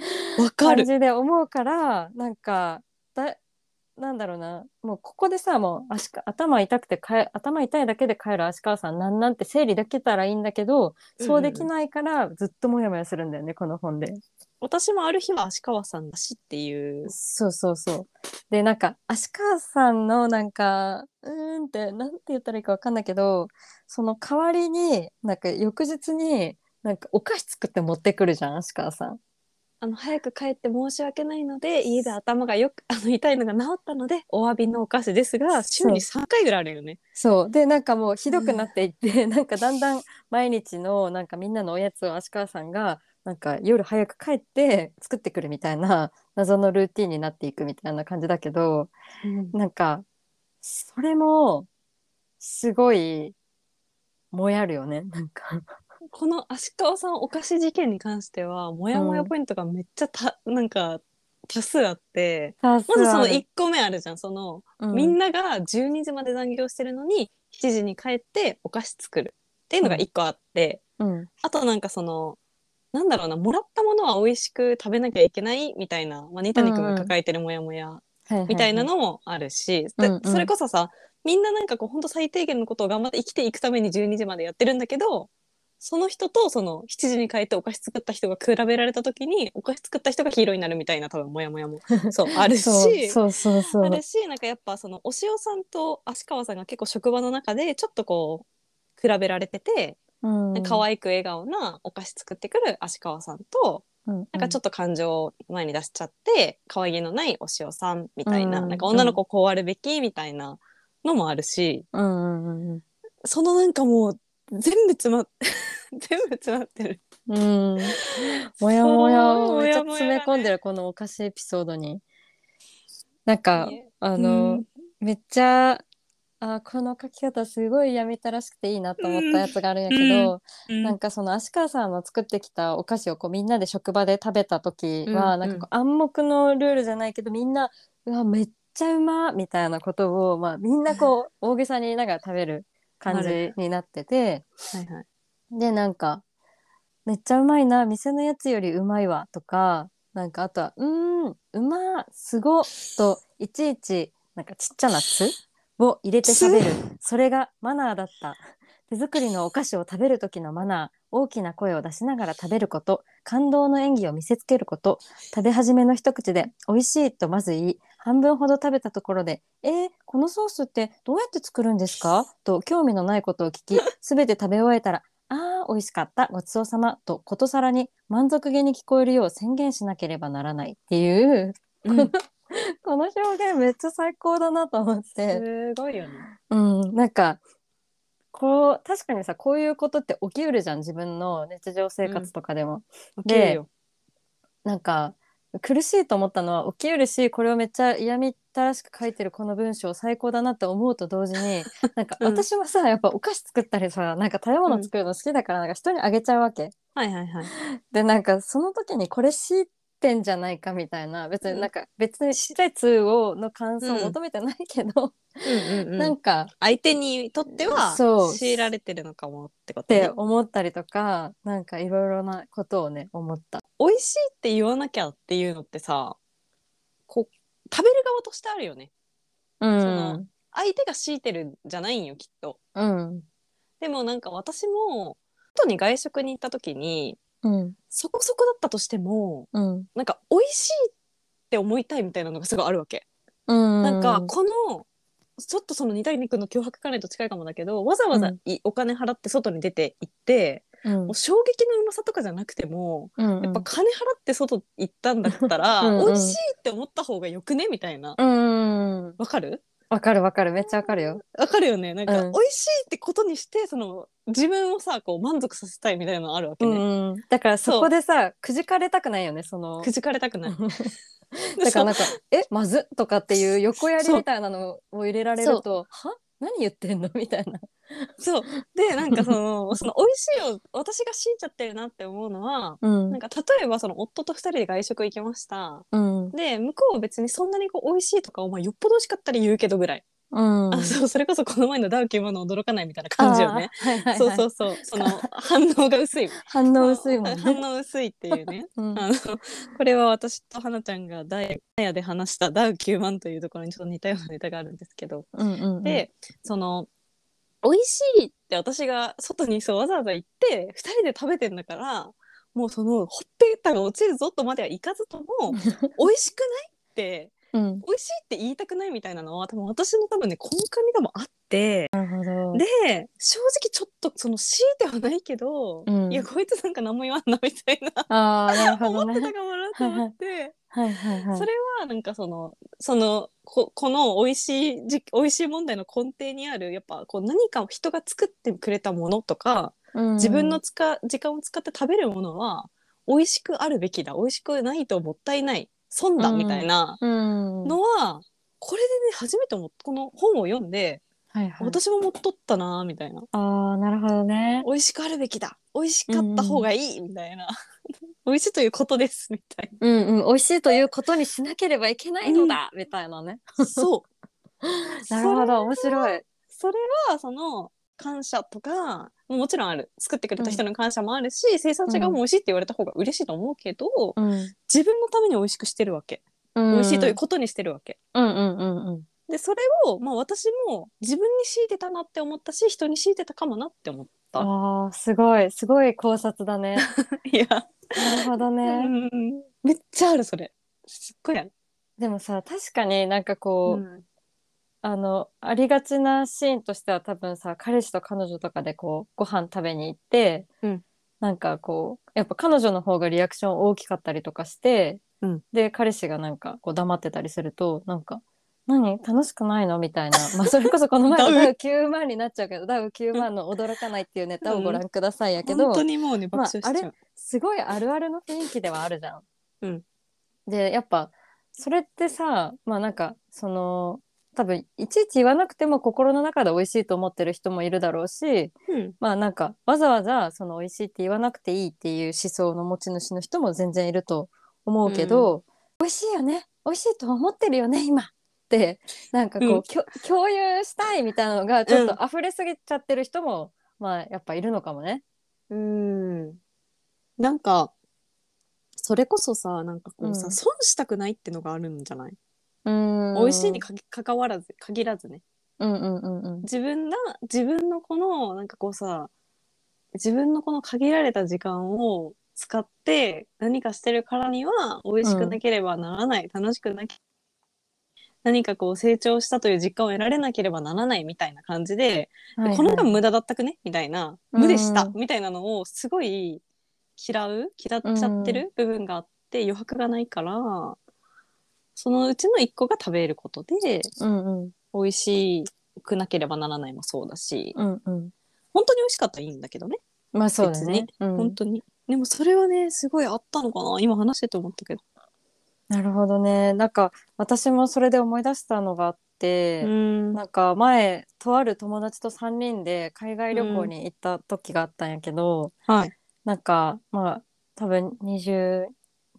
Speaker 2: か
Speaker 1: 感
Speaker 2: る。
Speaker 1: じで思うからなんかだなんだろうなもうここでさもう足か頭痛くてかえ頭痛いだけで帰る足川さんなんなんて整理できたらいいんだけどそうできないからずっとモヤモヤするんだよねこの本で。
Speaker 2: 私もある日は足川さんだしっていう。
Speaker 1: そうそうそう。でなんか足川さんのなんかうーんってなんて言ったらいいかわかんないけどその代わりになんか翌日になんかお菓子作って持ってくるじゃん足川さん。
Speaker 2: あの早く帰って申し訳ないので家で頭がよく (laughs) あの痛いのが治ったのでお詫びのお菓子ですが週に3回ぐらいあるよね。
Speaker 1: そうでなんかもうひどくなっていって、 (laughs) なんかだんだん毎日のなんかみんなのおやつを芦川さんがなんか夜早く帰って作ってくるみたいな (laughs) 謎のルーティンになっていくみたいな感じだけどなんかそれもすごいもやるよねなん
Speaker 2: (laughs)
Speaker 1: か
Speaker 2: この足川さんお菓子事件に関してはモヤモヤポイントがめっちゃた、なんか多数あって。
Speaker 1: ま
Speaker 2: まずその1個目あるじゃんその、みん
Speaker 1: な、
Speaker 2: なが12時まで残業してるのに7時に帰ってお菓子作るっていうのが1個あって、
Speaker 1: うん
Speaker 2: あとなんかそのなんだろうなもらったものは美味しく食べなきゃいけないみたいな、まあ、ニタニ君が抱えてるモヤモヤ
Speaker 1: はいはい
Speaker 2: みたいなのもあるし、
Speaker 1: うん
Speaker 2: で
Speaker 1: うん
Speaker 2: それこそさみんななんかこう本当最低限のことを頑張って生きていくために12時までやってるんだけどその人とその7時に帰ってお菓子作った人が比べられた時にお菓子作った人がヒーローになるみたいな多分モヤモヤ
Speaker 1: (laughs)
Speaker 2: もそうあるし。
Speaker 1: そうそうそうそ
Speaker 2: あ
Speaker 1: う
Speaker 2: るしなんかやっぱその押尾さんと芦川さんが結構職場の中でちょっとこう比べられてて、
Speaker 1: うん
Speaker 2: 可愛く笑顔なお菓子作ってくる芦川さんと
Speaker 1: うん
Speaker 2: なんかちょっと感情を前に出しちゃって、可愛げのないお塩さんみたいな、
Speaker 1: うん
Speaker 2: なんか女の子こうあるべきみたいなのもあるし、
Speaker 1: うんうん
Speaker 2: そのなんかもう全部詰まっ (laughs) 全部詰まってる。
Speaker 1: うんうんもやもやをめっちゃ
Speaker 2: そうもやもや
Speaker 1: 詰め込んでるこのお菓子エピソードになんか
Speaker 2: ね
Speaker 1: あ
Speaker 2: あ
Speaker 1: の、めっちゃあこの書き方すごいやみたらしくていいなと思ったやつがあるんやけど、なんかその芦川さんの作ってきたお菓子をこうみんなで職場で食べた時は、
Speaker 2: うん
Speaker 1: なんかこう暗黙のルールじゃないけどみんなうわめっちゃうまみたいなことを、まあ、みんなこう大げさになんか食べる感
Speaker 2: あ
Speaker 1: じ
Speaker 2: る
Speaker 1: になってて
Speaker 2: はいはい、
Speaker 1: でなんか「めっちゃうまいな店のやつよりうまいわ」とかなんかあとは「うーんうまーすご」といちいちなんかちっちゃな「つ」を入れて食べるそれがマナーだった手作りのお菓子を食べる時のマナー大きな声を出しながら食べること感動の演技を見せつけること食べ始めの一口で「美味しい」とまず言い半分ほど食べたところで「えー、このソースってどうやって作るんですか?」と興味のないことを聞き全て食べ終えたら「あー美味しかったごちそうさま」とことさらに満足げに聞こえるよう宣言しなければならないっていう (laughs)
Speaker 2: うん
Speaker 1: この表現めっちゃ最高だなと思って。
Speaker 2: すごいよね。
Speaker 1: うん、なんかこう確かにさこういうことって起きうるじゃん自分の日常生活とかでも。
Speaker 2: 起きるよ
Speaker 1: なんか苦しいと思ったのは起きうるしこれをめっちゃ嫌みったらしく書いてるこの文章最高だなって思うと同時
Speaker 2: (laughs)
Speaker 1: になんか
Speaker 2: うん
Speaker 1: 私はさ、やっぱお菓子作ったりさなんか食べ物作るの好きだからなんか人にあげちゃうわけ。
Speaker 2: はいはいはい。
Speaker 1: でなんかその時にこれ知ってんじゃないかみたいな別
Speaker 2: う
Speaker 1: に
Speaker 2: ん
Speaker 1: なんか別にちっちゃい通をの感想を
Speaker 2: うん
Speaker 1: 求めてないけ
Speaker 2: う
Speaker 1: ど、
Speaker 2: んうんうん
Speaker 1: (laughs) なんか
Speaker 2: 相手にとっては
Speaker 1: そう
Speaker 2: 強いられてるのかもってこ
Speaker 1: っ
Speaker 2: と、ね
Speaker 1: て、思ったりとか、なんかいろいろなことをね思った。
Speaker 2: 美味しいって言わなきゃっていうのってさこう食べる側としてあるよね
Speaker 1: う
Speaker 2: の
Speaker 1: ん。
Speaker 2: 相手が強いてるんじゃないんよきっと
Speaker 1: うん。
Speaker 2: でもなんか私も外に外食に行った時に
Speaker 1: うん。
Speaker 2: そこそこだったとしても
Speaker 1: うん。
Speaker 2: なんか美味しいって思いたいみたいなのがすごいあるわけ、
Speaker 1: うん。
Speaker 2: なんかこのちょっとその二谷肉の脅迫観念と近いかもだけどわざわざいお金払って外に出て行って、
Speaker 1: うん
Speaker 2: もう衝撃のうまさとかじゃなくても、
Speaker 1: うん。
Speaker 2: やっぱ金払って外行ったんだったら
Speaker 1: うんうん
Speaker 2: 美味しいって思った方がよくねみたいな
Speaker 1: うん。
Speaker 2: わかる
Speaker 1: わかるわかる。めっちゃわかるよ。
Speaker 2: わかるよねなんか、
Speaker 1: うん
Speaker 2: 美味しいってことにしてその自分をさこう満足させたいみたいなのあるわけ
Speaker 1: う
Speaker 2: ね、
Speaker 1: ん。だからそこでさ、くじかれたくないよね、その
Speaker 2: く。じかれたくない
Speaker 1: (laughs) だから
Speaker 2: そ
Speaker 1: な
Speaker 2: うん
Speaker 1: か、え、まずっとかっていう横やりみたいなのを入れられると、は何言ってんのみたいな。
Speaker 2: そうでなんかその
Speaker 1: (laughs)
Speaker 2: その美味しいを私が強いちゃってるなって思うのは
Speaker 1: うん
Speaker 2: なんか例えばその夫と二人で外食行きました
Speaker 1: うん。
Speaker 2: で向こうは別にそんなにこう美味しいとかお前よっぽど美味しかったら言うけどぐらい、
Speaker 1: うん。
Speaker 2: あそうそれこそこの前のダウキウマの驚かないみたいな感じよね
Speaker 1: あー。はいはいはい。
Speaker 2: そうそうそうその反応が薄い
Speaker 1: 反応薄いもんね。
Speaker 2: 反応薄いっていう (laughs) ね
Speaker 1: うん
Speaker 2: あのこれは私と花ちゃんがダイダイヤで話したダウ9万というところにちょっと似たようなネタがあるんですけど、
Speaker 1: うんうんうん。
Speaker 2: でその美味しいって私が外にそうわざわざ行って2人で食べてんだからもうそのほっぺたが落ちるぞとまではいかず (laughs) とも美味しくないって
Speaker 1: うん。
Speaker 2: 美味しいって言いたくないみたいなのは多分私の多分ね根幹に多分あって
Speaker 1: なるほど。
Speaker 2: で正直ちょっとその強いてはないけど、
Speaker 1: うん
Speaker 2: いやこいつなんか何も言わんなみた
Speaker 1: (laughs)
Speaker 2: いな
Speaker 1: ああ、なるほど
Speaker 2: 思って
Speaker 1: ね
Speaker 2: た。かもなと思って。
Speaker 1: はいはいはい。
Speaker 2: それはなんかそのそのここの美味しいじ美味しい問題の根底にあるやっぱこう何かを人が作ってくれたものとか、
Speaker 1: うん
Speaker 2: 自分の、使時間を使って食べるものは美味しくあるべきだ美味しくないともったいない損だ
Speaker 1: うん
Speaker 2: みたいな
Speaker 1: うん、
Speaker 2: のは、これでね初めて思っこの本を読んで、
Speaker 1: はいはい、
Speaker 2: 私も持っとったなみたいな
Speaker 1: ああ、なるほどね。
Speaker 2: (laughs) 美味しくあるべきだ美味しかった方がいいみたいな、美味しいということですみたい
Speaker 1: うんうん、美味しいということにしなければいけないのだ、みたいなね。
Speaker 2: な (laughs) そう
Speaker 1: なるほど、面白い。
Speaker 2: それはその感謝とかもうもちろんある作ってくれた人の感謝もあるし、生産者がもう美味しいって言われた方が嬉しいと思うけど、
Speaker 1: うん
Speaker 2: 自分のために美味しくしてるわけ、
Speaker 1: うん
Speaker 2: 美味しいということにしてるわけ
Speaker 1: うんうんうんうん
Speaker 2: でそれを、まあ、私も自分に強いてたなって思ったし人に強いてたかもなって思っ
Speaker 1: あーすごいすごい考察
Speaker 2: (laughs)
Speaker 1: だね
Speaker 2: たいや、
Speaker 1: なるほど
Speaker 2: う
Speaker 1: ね
Speaker 2: んめっちゃあるそれすっごいある、
Speaker 1: でもさ確かになんかこ
Speaker 2: う
Speaker 1: う、
Speaker 2: ん
Speaker 1: あのありがちなシーンとしては多分さ彼氏と彼女とかでこうご飯食べに行って、
Speaker 2: うん
Speaker 1: なんかこうやっぱ彼女の方がリアクション大きかったりとかして、
Speaker 2: うん
Speaker 1: で彼氏がなんかこう黙ってたりするとなんか「何楽しくないの?」みたいな、まあ、それこそこの前のダ
Speaker 2: (laughs) ダ
Speaker 1: ウ9万になっちゃうけどダウ9万の「驚かない」っていうネタをご覧くださいやけど、
Speaker 2: (laughs) 本当にもうね爆笑しちゃう、
Speaker 1: ますごいあるあるの雰囲気ではあるじゃん。
Speaker 2: うん
Speaker 1: でやっぱそれってさまあなんかその多分いちいち言わなくても心の中で美味しいと思ってる人もいるだろうし
Speaker 2: うん
Speaker 1: まあなんかわざわざその美味しいって言わなくていいっていう思想の持ち主の人も全然いると思うけど、美味しいよね美味しいと思ってるよね今ってなんかこう、
Speaker 2: うん
Speaker 1: きょ共有したいみたいなのがちょっ
Speaker 2: う
Speaker 1: と溢れすぎちゃってる人も、まあやっぱいるのかもね。
Speaker 2: うんなんかそれこそさなんかこうさ、
Speaker 1: うん
Speaker 2: 損したくないってのがあるんじゃない、
Speaker 1: うん
Speaker 2: 美味しいにかぎかかわらず限らずね
Speaker 1: うんうんうんうん
Speaker 2: 自分が自分のこのなんかこうさ自分のこの限られた時間を使って何かしてるからには美味しくなければならない、楽しくなき何かこう成長したという実感を得られなければならないみたいな感じで、
Speaker 1: はいはい
Speaker 2: この間無駄だったくねみたいな
Speaker 1: うん
Speaker 2: 無でしたみたいなのをすごい嫌う嫌っちゃってる部分があって余白がないからそのうちの一個が食べることで
Speaker 1: うんうん
Speaker 2: 美味しくなければならないもそうだし
Speaker 1: うんうん
Speaker 2: 本当に美味しかったらいいんだけどね、
Speaker 1: まあそうだね
Speaker 2: 別。
Speaker 1: うん
Speaker 2: 本当にでもそれはねすごいあったのかな今話してて思ったけど、
Speaker 1: なるほどね。なんか私もそれで思い出したのがあって、
Speaker 2: ん
Speaker 1: なんか前とある友達と3人で海外旅行に行った時があったんやけど、
Speaker 2: はい
Speaker 1: なんかまあ多分22、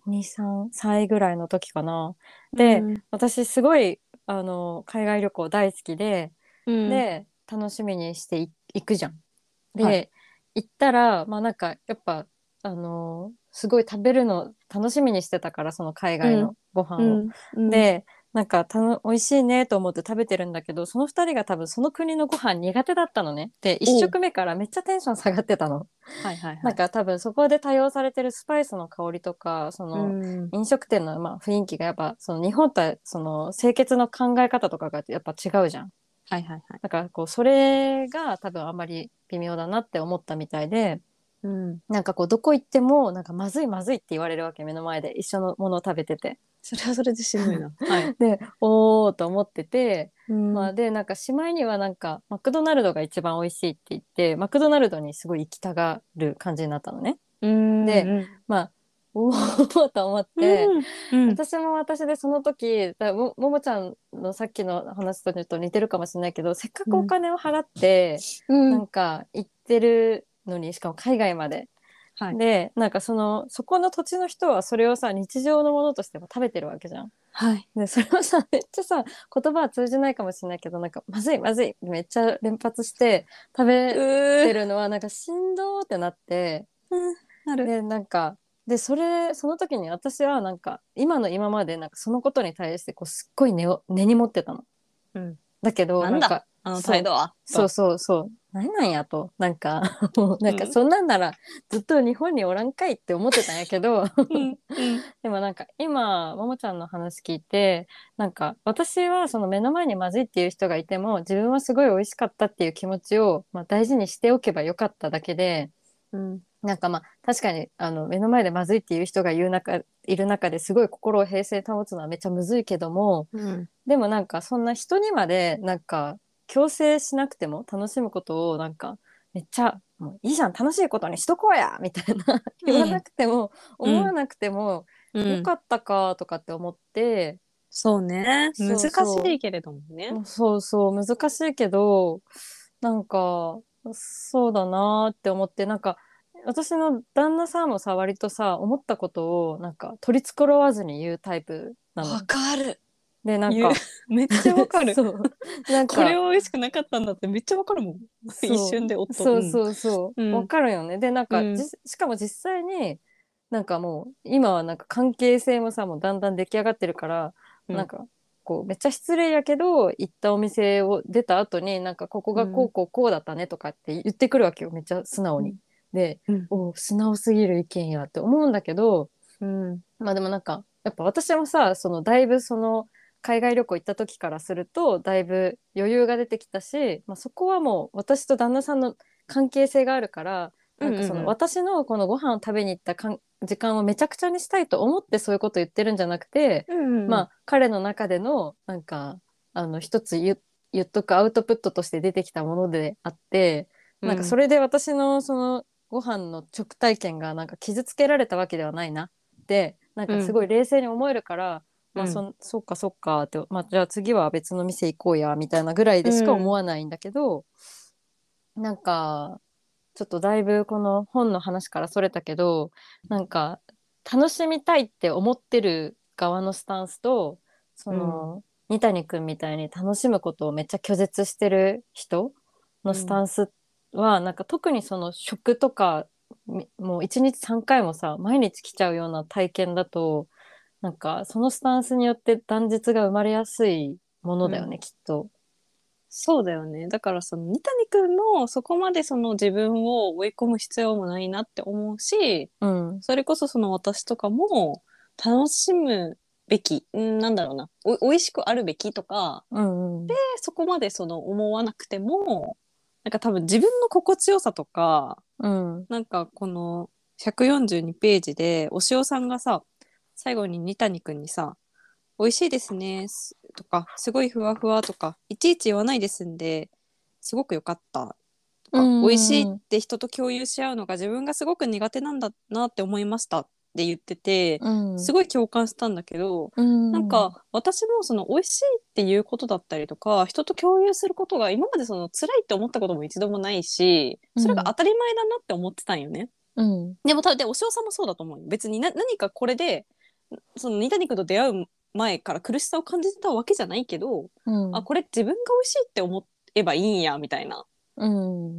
Speaker 1: 3歳ぐらいの時かな。で
Speaker 2: うん
Speaker 1: 私すごいあの海外旅行大好きで、
Speaker 2: うん
Speaker 1: で楽しみにしてい行くじゃん。で、
Speaker 2: はい
Speaker 1: 行ったらまあなんかやっぱあのーすごい食べるの楽しみにしてたからその海外のご飯を。
Speaker 2: うんうん
Speaker 1: でなんかたの美味しいねと思って食べてるんだけどその2人が多分その国のご飯苦手だったのね。で1食目からめっちゃテンション下がってたの。
Speaker 2: はいはいはい
Speaker 1: なんか多分そこで多用されてるスパイスの香りとかその、
Speaker 2: うん
Speaker 1: 飲食店のまあ雰囲気がやっぱその日本とはその清潔の考え方とかがやっぱ違うじゃん。
Speaker 2: はいはいはい
Speaker 1: だからこうそれが多分あんまり微妙だなって思ったみたいで
Speaker 2: うん
Speaker 1: なんかこうどこ行ってもなんかまずいまずいって言われるわけ目の前で一緒のものを食べてて
Speaker 2: それはそれでしんどいな
Speaker 1: (laughs)
Speaker 2: はい、
Speaker 1: でおおと思ってて、
Speaker 2: うん
Speaker 1: まあ、でなんかしまいにはなんかマクドナルドが一番美味しいって言ってマクドナルドにすごい行きたがる感じになったのね。で
Speaker 2: で、
Speaker 1: まあおおと思って、
Speaker 2: うん
Speaker 1: 私も私でその時だもももちゃんのさっきの話とちょっと似てるかもしれないけどせっかくお金を払って、
Speaker 2: うん
Speaker 1: なんか行ってるのにしかも海外まで、
Speaker 2: はい
Speaker 1: でなんかそのそこの土地の人はそれをさ日常のものとしても食べてるわけじゃん。
Speaker 2: はい、
Speaker 1: でそれをさ (laughs) めっちゃさ言葉は通じないかもしれないけどなんか「まずいまずい」めっちゃ連発して食べてるのはなんかしんどーってなって。
Speaker 2: なる
Speaker 1: でなんかでそれその時に私はなんか今の今までなんかそのことに対してこうすっごい根を根に持ってたの。
Speaker 2: うん
Speaker 1: だけど
Speaker 2: なんだ
Speaker 1: か
Speaker 2: あの態度は
Speaker 1: そうそうそう何なんやとなんか (laughs) もうなんか
Speaker 2: うん
Speaker 1: そんなんならずっと日本におらんかいって思ってたんやけ
Speaker 2: う
Speaker 1: ど (laughs)
Speaker 2: んうん
Speaker 1: でもなんか今ももちゃんの話聞いてなんか私はその目の前にまずいっていう人がいても自分はすごい美味しかったっていう気持ちを、まあ、大事にしておけばよかっただけで。
Speaker 2: うん
Speaker 1: なんかまあ確かにあの目の前でまずいっていう人が言う中いる中ですごい心を平静に保つのはめっちゃむずいけども
Speaker 2: うん
Speaker 1: でもなんかそんな人にまでなんか強制しなくても楽しむことをなんかめっちゃもういいじゃん楽しいことにしとこうやみたいな言わなくても、
Speaker 2: うん
Speaker 1: 思わなくても、よかったかとかって思って、
Speaker 2: そうね
Speaker 1: そう
Speaker 2: 難
Speaker 1: そ
Speaker 2: し
Speaker 1: う
Speaker 2: いけれどもね
Speaker 1: もうそうそう難しいけどなんかそうだなーって思ってなんか私の旦那さんもさ割とさ思ったことをなんか取り繕わずに言うタイプなの。
Speaker 2: かる
Speaker 1: でなん
Speaker 2: 言
Speaker 1: か
Speaker 2: うめっちゃわか (laughs) る。
Speaker 1: (laughs) そうなんか
Speaker 2: これは美味しくなかったんだってめっちゃわかるもん。
Speaker 1: そう
Speaker 2: 一瞬で夫。
Speaker 1: そう
Speaker 2: うん。
Speaker 1: そうそう、
Speaker 2: うん
Speaker 1: わかるよねでなんか、
Speaker 2: うん
Speaker 1: じしかも実際になんかもう今はなんか関係性もさもうだんだん出来上がってるから、
Speaker 2: うん
Speaker 1: なんかこうめっちゃ失礼やけど行ったお店を出た後になんかここがこうこうこうだったねとかって言ってくるわけよめっちゃ素直に。
Speaker 2: うん
Speaker 1: で、
Speaker 2: うん
Speaker 1: おう素直すぎる意見やって思うんだけど
Speaker 2: うん。
Speaker 1: まあでもなんかやっぱ私もさそのだいぶその海外旅行行った時からするとだいぶ余裕が出てきたし、まあ、そこはもう私と旦那さんの関係性があるからなんかそ
Speaker 2: うんうんう
Speaker 1: の
Speaker 2: ん
Speaker 1: 私のこのご飯を食べに行ったかん時間をめちゃくちゃにしたいと思ってそういうこと言ってるんじゃなくて、
Speaker 2: うん
Speaker 1: まあ彼の中でのなんかあの一つ言言っとくアウトプットとして出てきたものであって、なんかそ
Speaker 2: れ
Speaker 1: れで私のそのご飯の食体験がなんか傷つけられたわけではないなってなんかすごい冷静に思えるから、まあそんそっかそっかって、まあ、じゃあ次は別の店行こうやみたいなぐらいでしか思わないんだけど、なんかちょっとだいぶこの本の話からそれたけどなんか楽しみたいって思ってる側のスタンスとその、二谷君みたいに楽しむことをめっちゃ拒絶してる人のスタンスは、なんか特にその食とかみもう1日3回もさ毎日来ちゃうような体験だとなんかそのスタンスによって断絶が生まれやすいものだよね、きっと。
Speaker 2: そうだよね。だからその二谷くんもそこまでその自分を追い込む必要もないなって思うし、
Speaker 1: うん、
Speaker 2: それこそその私とかも楽しむべき、うん、なんだろうな、お美味しくあるべきとか、
Speaker 1: うんうん、
Speaker 2: でそこまでその思わなくても、なんか多分自分の心地よさとか、
Speaker 1: うん
Speaker 2: なんかこの142ページでお塩さんがさ最後に二谷くんにさ「美味しいですね」すとか「すごいふわふわ」とか「いちいち言わないですんですごく良かった」とか
Speaker 1: うん
Speaker 2: 美味しいって人と共有し合うのが自分がすごく苦手なんだなって思いました」って言ってて
Speaker 1: うん、
Speaker 2: すごい共感したんだけど、
Speaker 1: うん、
Speaker 2: なんか私もその美味しいっていうことだったりとか人と共有することが今までその辛いって思ったことも一度もないしそれが当たり前だなって思ってたんよね。
Speaker 1: うん、
Speaker 2: でも多分でお塩さんもそうだと思うよ別にな何かこれでその二谷君と出会う前から苦しさを感じてたわけじゃないけど、
Speaker 1: うん、
Speaker 2: あこれ自分が美味しいって思えばいいんやみたいなっ
Speaker 1: う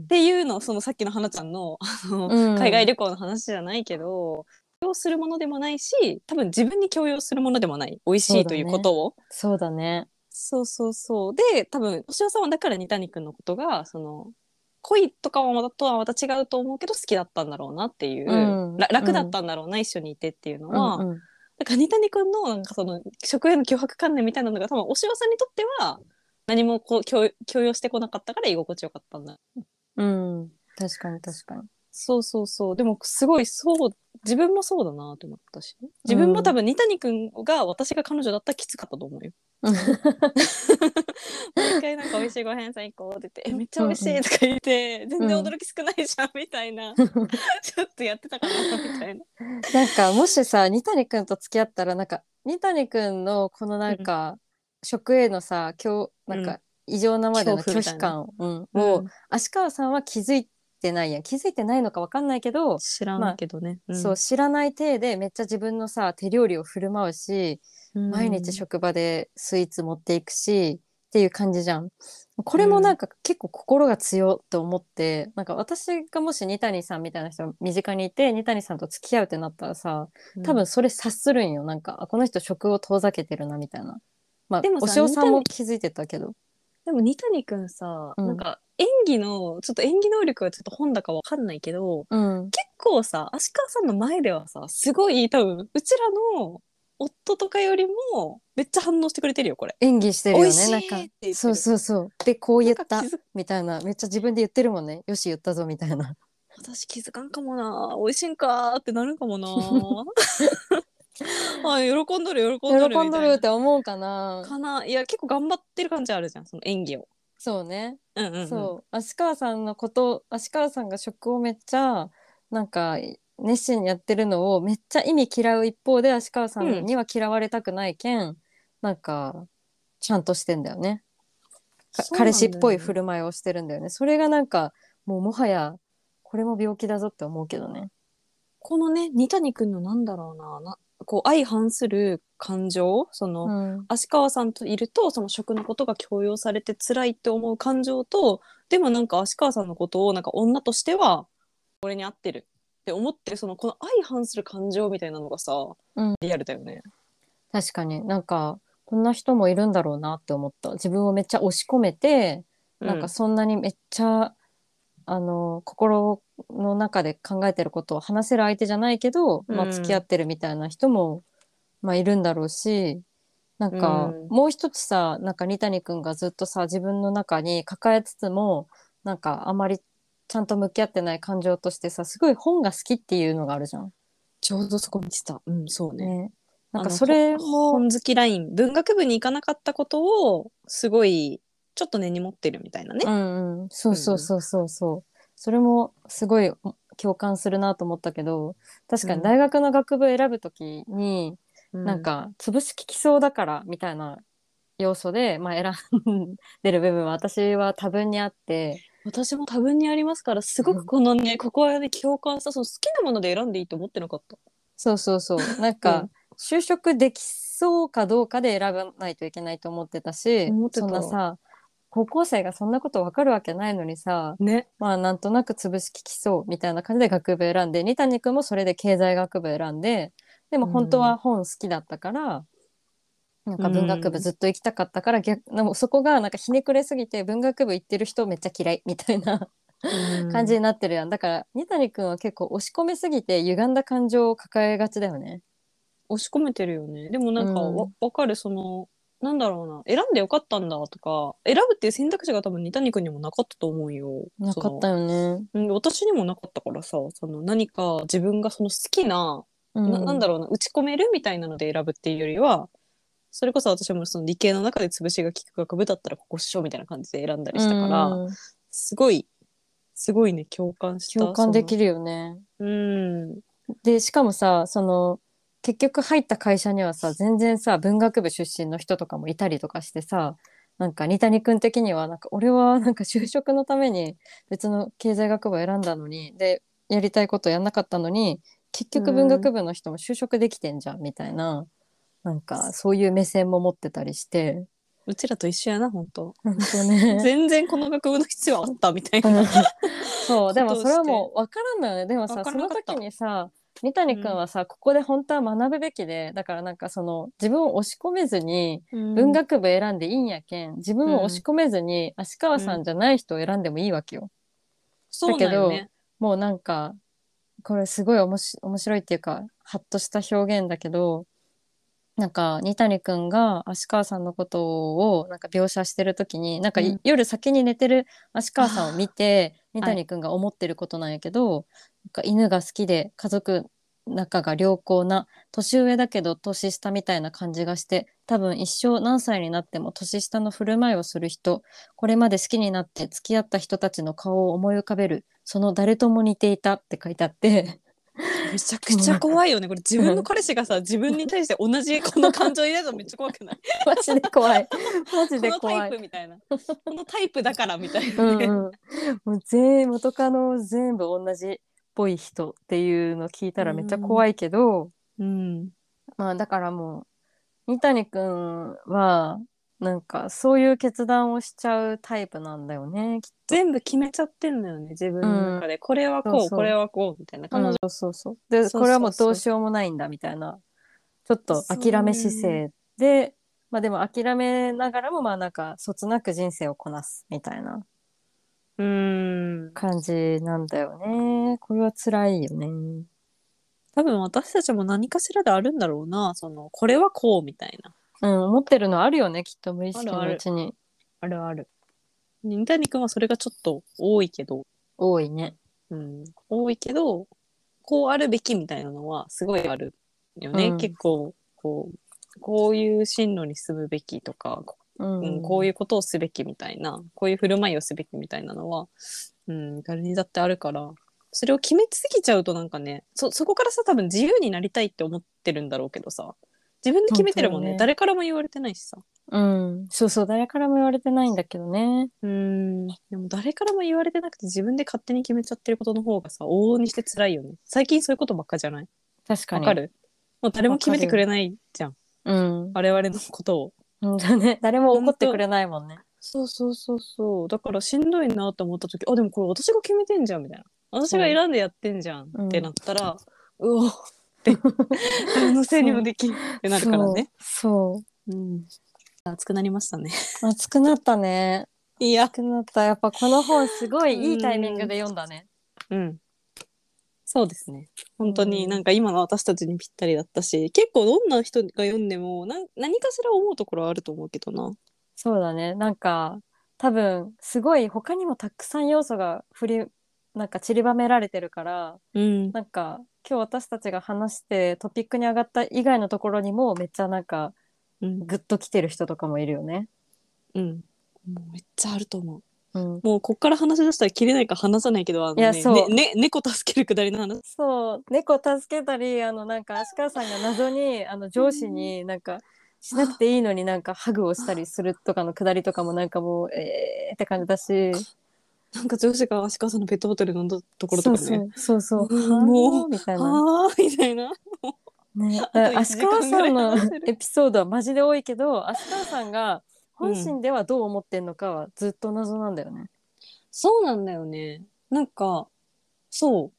Speaker 1: ん、
Speaker 2: ていうのをそのさっきの花ちゃんのあの、
Speaker 1: うん
Speaker 2: 海外旅行の話じゃないけど共有するものでもないし多分自分に共有するものでもない美味しいということを。
Speaker 1: そうだね。
Speaker 2: そうそうそう。で、多分、お塩さんはだから二谷くんのことが、その、恋とかはまたとはまた違うと思うけど好きだったんだろうなっていう、
Speaker 1: うん
Speaker 2: ら楽だったんだろうな、一緒にいてっていうのは、
Speaker 1: うんうん
Speaker 2: だから二谷くんのなんかその食への脅迫観念みたいなのが多分お塩さんにとっては何もこう強強要してこなかったから居心地よかったんだ。
Speaker 1: うん、確かに確
Speaker 2: (laughs)
Speaker 1: かに。
Speaker 2: そうそうそう。でもすごいそう、自分もそうだなと思ったし、自分も多分二谷くんが私が彼女だったらきつかったと思
Speaker 1: (laughs)
Speaker 2: うよ。毎回なんか美味しいご飯さん行こうって言ってえ「めっちゃ美味しい」とか言って全然驚き少ないじゃんみたい
Speaker 1: (laughs)
Speaker 2: なちょっとやってたかなみたいな。
Speaker 1: なんかもしさ二谷くんと付き合ったらなんか二谷くんのこのなんか、食へのさ今日なんか異常なまでの
Speaker 2: 恐怖み
Speaker 1: 拒
Speaker 2: たい
Speaker 1: 否
Speaker 2: な
Speaker 1: 感を、うん
Speaker 2: も
Speaker 1: を
Speaker 2: う
Speaker 1: 足川さんは気づいてないやん気づいてないのかわかんないけど、
Speaker 2: 知らんけどね。
Speaker 1: そう知らない体でめっちゃ自分のさ手料理を振る舞うし、
Speaker 2: うん
Speaker 1: 毎日職場でスイーツ持っていくしっていう感じじゃん。これもなんか結構心が強って思って、なんか私がもし二谷さんみたいな人が身近にいて二谷さんと付き合うってなったらさ、多分それ察するんよなんかあこの人食を遠ざけてるなみたいな。まあ
Speaker 2: でも
Speaker 1: お
Speaker 2: さ
Speaker 1: 塩さんも
Speaker 2: 二
Speaker 1: 気づいてたけど。
Speaker 2: でも二谷くんさ、
Speaker 1: うん
Speaker 2: なんか演技のちょっと演技能力はちょっと本だかわかんないけど
Speaker 1: うん、
Speaker 2: 結構さ足川さんの前ではさすごい多分うちらの夫とかよりもめっちゃ反応してくれてるよこれ。
Speaker 1: 演技してるよ
Speaker 2: 美味し
Speaker 1: ね
Speaker 2: い
Speaker 1: なん
Speaker 2: って言って
Speaker 1: か
Speaker 2: る
Speaker 1: そうそうそうでこう言っ
Speaker 2: な
Speaker 1: た
Speaker 2: んか気づ
Speaker 1: みたいなめっちゃ自分で言ってるもんねよし言ったぞみたいな
Speaker 2: 私気づかんかもな美味しいんかーってなるかも
Speaker 1: (laughs)
Speaker 2: なあ喜んどる喜ん
Speaker 1: 喜
Speaker 2: どる
Speaker 1: ん
Speaker 2: み
Speaker 1: ど
Speaker 2: た
Speaker 1: る
Speaker 2: い
Speaker 1: って思うかな
Speaker 2: なかないや結構頑張ってる感じあるじゃんその演技を
Speaker 1: そうね、
Speaker 2: うんうん、うん、
Speaker 1: そう芦川さんのこと芦川さんが食をめっちゃなんか熱心にやってるのをめっちゃ意味嫌う一方で芦川さんには嫌われたくないけん、なんかちゃんとしてんだよねか
Speaker 2: そうなんだよね
Speaker 1: 彼氏っぽい振る舞いをしてるんだよねそれがなんかもうもはやこれも病気だぞって思うけどね
Speaker 2: このね二谷君のなんだろうななこう相反する感情その、
Speaker 1: うん
Speaker 2: 芦川さんといるとその食のことが強要されて辛いって思う感情とでもなんか芦川さんのことをなんか女としては俺に合ってるって思ってるそのこの相反する感情みたいなのがさ、
Speaker 1: うん
Speaker 2: リアルだよね。
Speaker 1: 確かになんかこんな人もいるんだろうなって思った自分をめっちゃ押し込めてなんかそんなにめっちゃ、あの心の中で考えてることを話せる相手じゃないけど、ま
Speaker 2: う
Speaker 1: あ、
Speaker 2: ん
Speaker 1: 付き合ってるみたいな人も、まあ、いるんだろうしなんか、
Speaker 2: うん
Speaker 1: もう一つさなんか二谷君がずっとさ自分の中に抱えつつもなんかあまりちゃんと向き合ってない感情としてさすごい本が好きっていうのがあるじゃん。
Speaker 2: ちょうどそこ見てた。うん、そうね。
Speaker 1: ね、なんか
Speaker 2: あの
Speaker 1: それ
Speaker 2: ほ
Speaker 1: も
Speaker 2: 本好きライン文学部に行かなかったことをすごいちょっと根に持ってるみたいなね。
Speaker 1: うんうん、そうそうそうそうそう、それもすごい共感するなと思ったけど確かに大学の学部選ぶときに、
Speaker 2: う
Speaker 1: なん、か潰し効きそうだからみたいな要素で、まあ、選んでる部分は私は多分にあって
Speaker 2: 私も多分にありますからすごくこのね、ここはね共感したその好きなもので選んでいいと思ってなかった。
Speaker 1: そうそう (laughs) そうなん
Speaker 2: う
Speaker 1: か
Speaker 2: ん
Speaker 1: 就職できそうかどうかで選ばないといけないと思ってたし
Speaker 2: 思ってた
Speaker 1: そんなさ高校生がそんなことわかるわけないのにさ、
Speaker 2: ね。
Speaker 1: まあなんとなく潰し効きそうみたいな感じで学部選んで二谷君もそれで経済学部選んででも本当は本好きだったから、なんか文学部ずっと行きたかったから逆でもそこがなんかひねくれすぎて文学部行ってる人めっちゃ嫌いみたいな感じになってるやんだから二谷君は結構押し込めすぎて歪んだ感情を抱えがちだよね。
Speaker 2: 押し込めてるよねでもなんか
Speaker 1: うん
Speaker 2: わ,、わかるそのなんだろうな選んでよかったんだとか選ぶっていう選択肢が多分二谷君にもなかったと思うよ
Speaker 1: なかったよね。
Speaker 2: そのうん私にもなかったからさその何か自分がその好きな、ななんだ
Speaker 1: ろ
Speaker 2: ろうな打ち込めるみたいなので選ぶっていうよりはそれこそ私もその理系の中で潰しが効く学部だったらここっしょみたいな感じで選んだりしたから、すごいすごいね共感した
Speaker 1: 共感でき
Speaker 2: る
Speaker 1: るよね。
Speaker 2: うん
Speaker 1: でしかもさその結局入った会社にはさ全然さ文学部出身の人とかもいたりとかしてさなんか二谷君的にはなんか俺はなんか就職のために別の経済学部を選んだのにでやりたいことやんなかったのに結局文学部の人も就職できてんじゃんみたいななんかそういう目線も持ってたりして
Speaker 2: うちらと一緒やな本当
Speaker 1: 本当ね。
Speaker 2: 全然この学部の必要あったみたいな
Speaker 1: そうでもそれはもう分からんのよねでもさ
Speaker 2: わか
Speaker 1: そ
Speaker 2: らな
Speaker 1: の
Speaker 2: かった
Speaker 1: 時にさ三谷君はさ、ここで本当は学ぶべきでだからなんかその自分を押し込めずに文
Speaker 2: 文
Speaker 1: 学部選んでいいんやけん、自分を押し込めずに芦川さんじゃない人を選んでもいいわけよ。
Speaker 2: そうなんよね。
Speaker 1: もうなんかこれすごいおもし面白いっていうかハッとした表現だけどなんか二谷君が芦川さんのことをなんか描写してる時になんかい、
Speaker 2: うん
Speaker 1: 夜先に寝てる芦川さんを見て
Speaker 2: ー
Speaker 1: 二谷君が思ってることなんやけど、なんか犬が好きで家族仲が良好な年上だけど年下みたいな感じがして多分一生何歳になっても年下の振る舞いをする人これまで好きになって付き合った人たちの顔を思い浮かべるその誰とも似ていたって書いてあって (laughs)
Speaker 2: めちゃくちゃ怖いよね。 (laughs) これ自分の彼氏がさ、自分に対して同じこの感情抱いたらめっちゃ怖くない (laughs)
Speaker 1: マジで怖いマジ
Speaker 2: こ
Speaker 1: で
Speaker 2: のタ
Speaker 1: 怖
Speaker 2: イ
Speaker 1: い
Speaker 2: プ。みたいな。このタイプだからみた (laughs) いうな、
Speaker 1: ん
Speaker 2: ね
Speaker 1: うん、もう全員元カノ全部同じっぽい人っていうの聞いたらめっちゃ怖いけど、
Speaker 2: うん。
Speaker 1: まあだからもう三谷くんはなんかそういう決断をしちゃうタイプなんだよねきっと。
Speaker 2: 全部決めちゃってんだよね、自分の中で。これはこう
Speaker 1: そうそう
Speaker 2: これはこうみたいな。彼
Speaker 1: 彼
Speaker 2: 女、
Speaker 1: 女そうそう
Speaker 2: そう
Speaker 1: で
Speaker 2: そうそう
Speaker 1: これはもうどうしようもないんだみたいなちょっと諦め姿勢で、まあでも諦めながらもまあなんかそつなく人生をこなすみたいな
Speaker 2: うん。
Speaker 1: 感じなんだよねこれは辛いよね。
Speaker 2: 多分私たちも何かしらであるんだろうな。その、これはこうみたいな。
Speaker 1: うん思ってるのあるよねきっと無意識
Speaker 2: あるあ
Speaker 1: の
Speaker 2: る
Speaker 1: うちに
Speaker 2: あるある。二谷君はそれがちょっと多いけど、
Speaker 1: 多いね。
Speaker 2: うん、多いけどこうあるべきみたいなのはすごいあるよね、
Speaker 1: うん
Speaker 2: 結構こうこういう進路に進むべきとか、こ
Speaker 1: うん
Speaker 2: うんこういうことをすべきみたいなこういう振る舞いをすべきみたいなのは、うん、誰にだってあるからそれを決めすぎちゃうとなんかねそそこからさ多分自由になりたいって思ってるんだろうけどさ自分で決めてるもんね
Speaker 1: 本当だね
Speaker 2: 誰からも言われてないしさ
Speaker 1: うん、そうそう誰からも言われてないんだけどね
Speaker 2: うんでも誰からも言われてなくて自分で勝手に決めちゃってることの方がさ往々にして辛いよね最近そういうことばっかじゃない
Speaker 1: 確か
Speaker 2: わ
Speaker 1: に
Speaker 2: かるもう誰も決めてくれないじゃん
Speaker 1: うん
Speaker 2: 我々のことを
Speaker 1: 本当ね誰も怒ってくれないもんね
Speaker 2: そうそうそうそうだからしんどいなって思った時あでもこれ私が決めてんじゃんみたいな私が選んでやってんじゃん
Speaker 1: うん
Speaker 2: ってなったら、うおって誰のせいにもできんってなるから (laughs) ね
Speaker 1: そ
Speaker 2: う
Speaker 1: う
Speaker 2: ん熱くなりましたね
Speaker 1: そう熱くなったね
Speaker 2: いや
Speaker 1: 熱くなったやっぱこの本すごいいいタイミングで読んだね
Speaker 2: うんそうですね本当になんか今の私たちにぴったりだったし結構どんな人が読んでもな何かしら思うところはあると思うけどな
Speaker 1: そうだねなんか多分すごい他にもたくさん要素が振りなんか散りばめられてるから
Speaker 2: うん
Speaker 1: なんか今日私たちが話してトピックに上がった以外のところにもめっちゃなんか
Speaker 2: うん
Speaker 1: グッときてる人とかもいるよね。
Speaker 2: うんもうめっちゃあると思う
Speaker 1: うん、
Speaker 2: もうこっから話し出したら切れないから話さないけどあの、ね、
Speaker 1: いやそう
Speaker 2: ねね猫助けるくだりの話 (laughs)
Speaker 1: そう猫助けたりあのなんか足利さんが謎にあの上司になんかしなくていいのになんかハグをしたりするとかのくだりとかもなんかもうえーって感じだし
Speaker 2: なんか上司が足利さんのペットボトル飲んだところと
Speaker 1: そ
Speaker 2: か
Speaker 1: う
Speaker 2: ね
Speaker 1: そうそうそう
Speaker 2: うんも
Speaker 1: みたいな。
Speaker 2: はーみたいな
Speaker 1: ね、
Speaker 2: と
Speaker 1: だから
Speaker 2: 一
Speaker 1: 芦
Speaker 2: 時間
Speaker 1: 川さん
Speaker 2: ぐ
Speaker 1: の
Speaker 2: らい話せる
Speaker 1: エピソードはマジで多いけど芦川さんが本心ではどう思ってんのかはずっと謎なんだよね。
Speaker 2: そうなんだよねなんかそ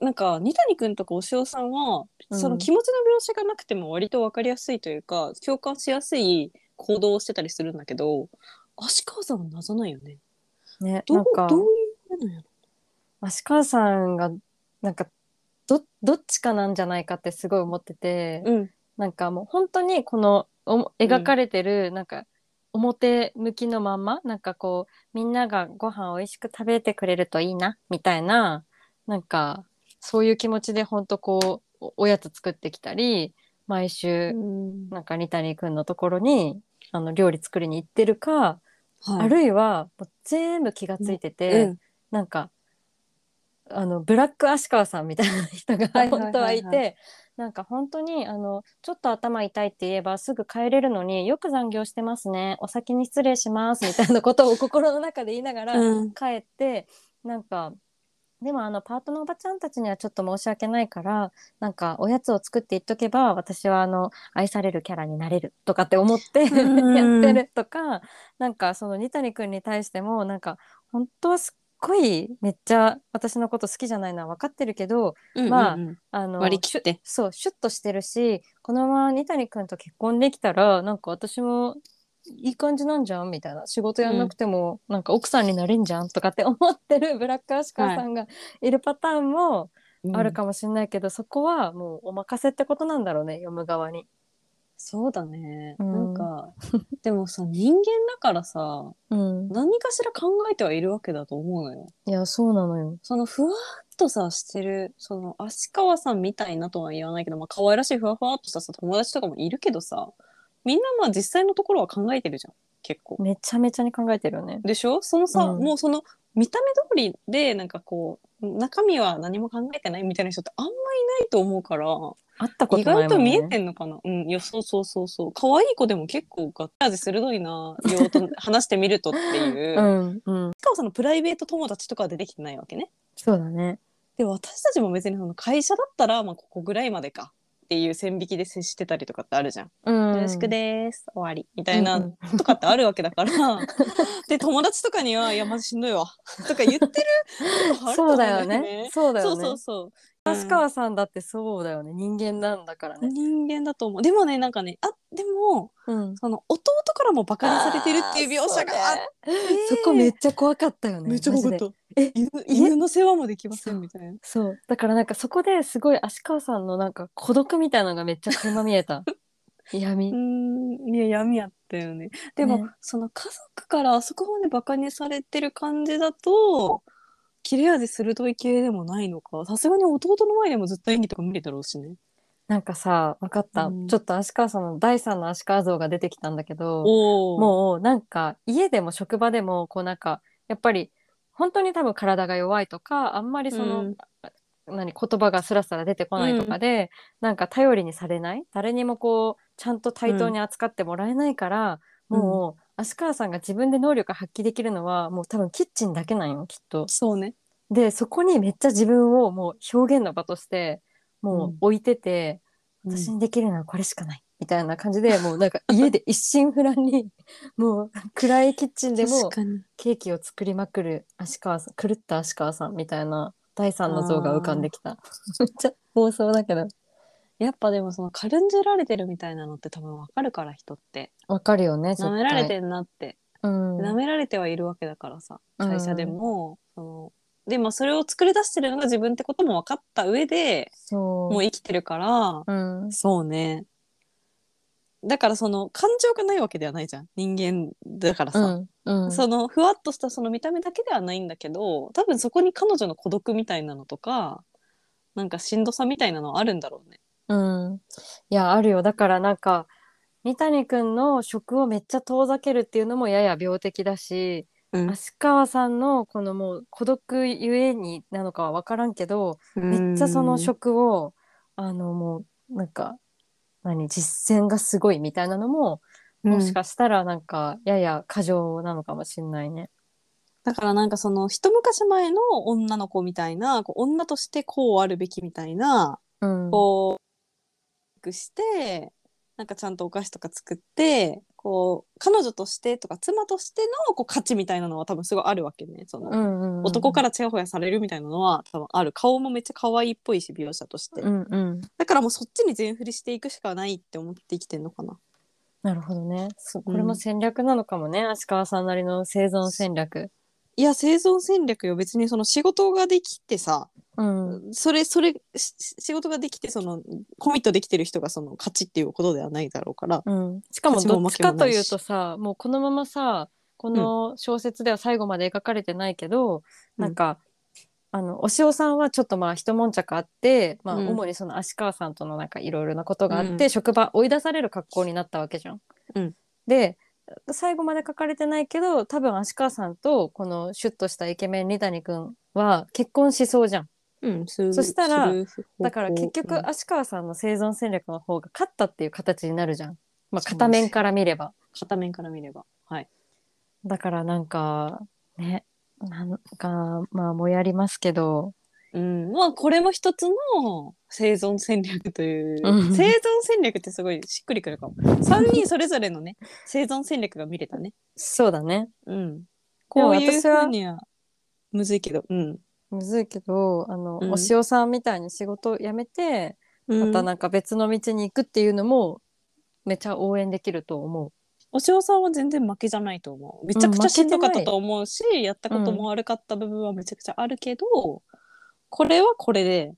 Speaker 2: うなんか二谷くんとか押尾さんは、
Speaker 1: うん
Speaker 2: その気持ちの描写がなくても割と分かりやすいというか共感しやすい行動をしてたりするんだけど足利さんは謎ないよね
Speaker 1: ね
Speaker 2: ど
Speaker 1: な
Speaker 2: うん
Speaker 1: か
Speaker 2: どういうのや
Speaker 1: 芦川さんがなんかどどっちかなんじゃないかってすごい思ってて、
Speaker 2: ろうん
Speaker 1: なんかもう本当にこのお描かれてるなんか表向きのまんまなんかこうみんながご飯を美味しく食べてくれるといいなみたいななんかそういう気持ちで本当こうおおやつ作ってきたり毎週
Speaker 2: うん
Speaker 1: なんか二谷くんのところにあの料理作りに行ってるか、
Speaker 2: はい
Speaker 1: あるいはもう全部気がついてて、
Speaker 2: うん
Speaker 1: なんかあのブラック足川さんみたいな人が
Speaker 2: はいはいはいはい
Speaker 1: 本当はいてなんか本当にあのちょっと頭痛いって言えばすぐ帰れるのによく残業してますねお先に失礼しますみたいなことを心の中で言いながら
Speaker 2: うん
Speaker 1: 帰ってなんかでもあのパートのおばちゃんたちにはちょっと申し訳ないからなんかおやつを作っていっとけば私はあの愛されるキャラになれるとかって思って (laughs) や
Speaker 2: うん
Speaker 1: ってるとかなんかその二谷君に対してもなんか本当はすっごいめっちゃ私のこと好きじゃないのは分かってるけど
Speaker 2: うん
Speaker 1: まあ
Speaker 2: うんうん
Speaker 1: あの
Speaker 2: 割り切って
Speaker 1: そうシュッとしてるしこのまま二谷君と結婚できたらなんか私もいい感じなんじゃんみたいな仕事やんなくても、なんか奥さんになれんじゃんとかって (laughs) 思ってるブラックアシカさんがいるパターンもあるかもしれないけど、そこはもうお任せってことなんだろうね読む側に。
Speaker 2: そうだね、
Speaker 1: うん
Speaker 2: なんかでもさ人間だからさ
Speaker 1: うん、
Speaker 2: 何かしら考えてはいるわけだと思うのよ
Speaker 1: いやそうなのよ。
Speaker 2: そのふわっとさしてるその芦川さんみたいなとは言わないけど、まあ可愛らしいふわふわっとしたさ友達とかもいるけどさみんなまあ実際のところは考えてるじゃん結構
Speaker 1: めちゃめちゃに考えてるよね。
Speaker 2: でしょそのさ、
Speaker 1: うん
Speaker 2: もうその見た目通りでなんかこう中身は何も考えてないみたいな人ってあんまいないと思うから
Speaker 1: あったこと
Speaker 2: 意
Speaker 1: ない
Speaker 2: 外
Speaker 1: も
Speaker 2: と
Speaker 1: ん、ね、
Speaker 2: 見えてんのかな、うんいやそうそうそうそう可愛い子でも結構ガッタ味鋭いなようと話してみるとっていう、
Speaker 1: う
Speaker 2: し
Speaker 1: んうん
Speaker 2: かもそのプライベート友達とかは出てきてないわけね
Speaker 1: そうだね。
Speaker 2: で私たちも別にその会社だったら、まあ、ここぐらいまでかっていう線引きで接してたりとかってあるじゃん、
Speaker 1: うん、
Speaker 2: よろしくです終わりみた
Speaker 1: み
Speaker 2: いなとかってあるわけだから、で友達とかには「いやマジしんどいわ」とか言ってることあると思
Speaker 1: そ
Speaker 2: ん
Speaker 1: うだよね。そうだよ
Speaker 2: そ
Speaker 1: ね。
Speaker 2: うそうそう
Speaker 1: 確川さんだってそうだよね人間なんだからね。
Speaker 2: 人間だと思うでもねなんかねあでも
Speaker 1: うん、
Speaker 2: その弟からもバカにされてるっていう描写があっ
Speaker 1: そ,、そこめっちゃ怖かったよね。
Speaker 2: めっちゃ怖かっ
Speaker 1: マジで
Speaker 2: た
Speaker 1: え
Speaker 2: 犬犬の世話もできませんみたいな
Speaker 1: そうだからなんかそこですごい足川さんのなんか孤独みたいなのがめっちゃ垣間見えた闇
Speaker 2: う。ーんいや闇やったよねでも、
Speaker 1: ね
Speaker 2: その家族からあそこまでバカにされてる感じだと切れ味鋭い系でもないのかさすがに弟の前でもずっと演技とか見れたろうしね
Speaker 1: なんかさ分かった、
Speaker 2: うん
Speaker 1: ちょっと足川さんの第三の足川像が出てきたんだけど
Speaker 2: おも
Speaker 1: もうなんか家でも職場でもこうなんかやっぱり本当に多分体が弱いとかあんまり
Speaker 2: う
Speaker 1: その、
Speaker 2: ん
Speaker 1: 何言葉がスラスラ出てこないとかで、なんか頼りにされない誰にもこうちゃんと対等に扱ってもらえないから、もう、芦川さんが自分で能力発揮できるのはもう多分キッチンだけなんよきっと。
Speaker 2: そうね。
Speaker 1: でそこにめっちゃ自分をもう表現の場としてもう置いてて、私にできるのはこれしかないみたいな感じで、もうなんか家で一心不乱にもう暗いキッチン (laughs) でも
Speaker 2: 確かに
Speaker 1: ケーキを作りまくる芦川さん狂った芦川さんみたいな第三の像が浮かんできためっちゃ妄想だけど
Speaker 2: やっぱでもその軽んじられてるみたいなのって多分わかるから人って
Speaker 1: わかるよね絶
Speaker 2: 舐め
Speaker 1: 対
Speaker 2: られてんなって、
Speaker 1: うん
Speaker 2: 舐められてはいるわけだからさ
Speaker 1: うん
Speaker 2: 会社でも、そのでまあそれを作り出してるのが自分ってことも分かった上で
Speaker 1: そう
Speaker 2: もう生きてるから、
Speaker 1: うん
Speaker 2: そうねだからその感情がないわけではないじゃん人間だからさ、
Speaker 1: うんうん
Speaker 2: そのふわっとしたその見た目だけではないんだけど多分そこに彼女の孤独みたいなのとかなんかしんどさみたいなのはあるんだろうね。
Speaker 1: うん。いや、あるよ。だからなんか、三谷くんの食をめっちゃ遠ざけるっていうのもやや病的だし、
Speaker 2: うん
Speaker 1: 芦川さんのこのもう孤独ゆえになのかは分からんけど、めっちゃその食を、あのもう、なんか、何、実践がすごいみたいなのも、もしかしたらなんか、やや過剰なのかもしんないね。
Speaker 2: だからなんかその一昔前の女の子みたいなこう女としてこうあるべきみたいな
Speaker 1: うん。
Speaker 2: こうしてなんかちゃんとお菓子とか作ってこう彼女としてとか妻としてのこう価値みたいなのは多分すごいあるわけねその、
Speaker 1: うんうんうん
Speaker 2: 男からちやほやされるみたいなのは多分ある顔もめっちゃ可愛いっぽいし美容者として、
Speaker 1: うんうん。
Speaker 2: だからもうそっちに全振りしていくしかないって思って生きてんのかな
Speaker 1: なるほどね。そうこれ
Speaker 2: う
Speaker 1: も
Speaker 2: ん
Speaker 1: 戦略なのかもね。芦川さんなりの生存戦略。
Speaker 2: いや生存戦略よ別にその仕事ができてさ
Speaker 1: うん。
Speaker 2: それそれし仕事ができてそのコミットできてる人がその勝ちっていうことではないだろうから
Speaker 1: うん、しかも
Speaker 2: 勝ちも
Speaker 1: どっ
Speaker 2: 負
Speaker 1: ち
Speaker 2: けも
Speaker 1: か
Speaker 2: な
Speaker 1: と
Speaker 2: いし
Speaker 1: いうとさもうこのままさこの小説では最後まで描かれてないけど、
Speaker 2: うん
Speaker 1: なんかあの押尾さんはちょっとまあ一悶着あって、まあ、
Speaker 2: うん
Speaker 1: 主にその芦川さんとのなんかいろいろなことがあって、
Speaker 2: う
Speaker 1: 職場追い出される格好になったわけじゃん。
Speaker 2: うん
Speaker 1: で最後まで書かれてないけど多分芦川さんとこのシュッとしたイケメン二谷君は結婚しそうじゃん。
Speaker 2: うんする
Speaker 1: そしたら
Speaker 2: する方向
Speaker 1: だから結局芦川さんの生存戦略の方が勝ったっていう形になるじゃん。まあ、
Speaker 2: そうです
Speaker 1: 片面から見れば。
Speaker 2: 片面から見ればはい
Speaker 1: だからなんかねなんかまあもやりますけど
Speaker 2: うん、まあこれも一つの生存戦略という、
Speaker 1: うん
Speaker 2: 生存戦略ってすごいしっくりくるかも3人それぞれのね生存戦略が見れたね、
Speaker 1: そうだね
Speaker 2: うん、こういう
Speaker 1: 私は
Speaker 2: ふうにはむずいけど、うん
Speaker 1: むずいけどあの、
Speaker 2: うん
Speaker 1: お塩さんみたいに仕事を辞めてまた
Speaker 2: うん
Speaker 1: なんか別の道に行くっていうのもめちゃ応援できると思う。
Speaker 2: お塩さんは全然負けじゃないと思うめちゃくちゃしんどかったと思うし、やったことも悪かった部分はめちゃくちゃあるけど、これはこれで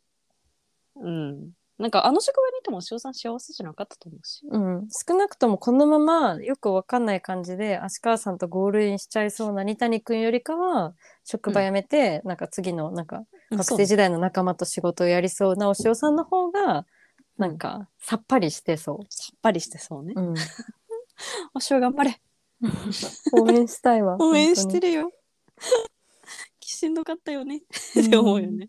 Speaker 2: うんなんかあの職場にいてもお塩さん幸せじゃなかったと思うし
Speaker 1: うん、少なくともこのままよくわかんない感じで芦川さんとゴールインしちゃいそうな二谷くんよりかは職場辞めて、なんか次のなんか学生時代の仲間と仕事をやりそうなお塩さんの方がなんかさっぱりしてそ
Speaker 2: さっぱりしてそうね、
Speaker 1: う。うん
Speaker 2: お塩頑張れ
Speaker 1: 応援したいわ。
Speaker 2: 応援してる (laughs) よ。しんどかったよね。
Speaker 1: うん
Speaker 2: って思うよね。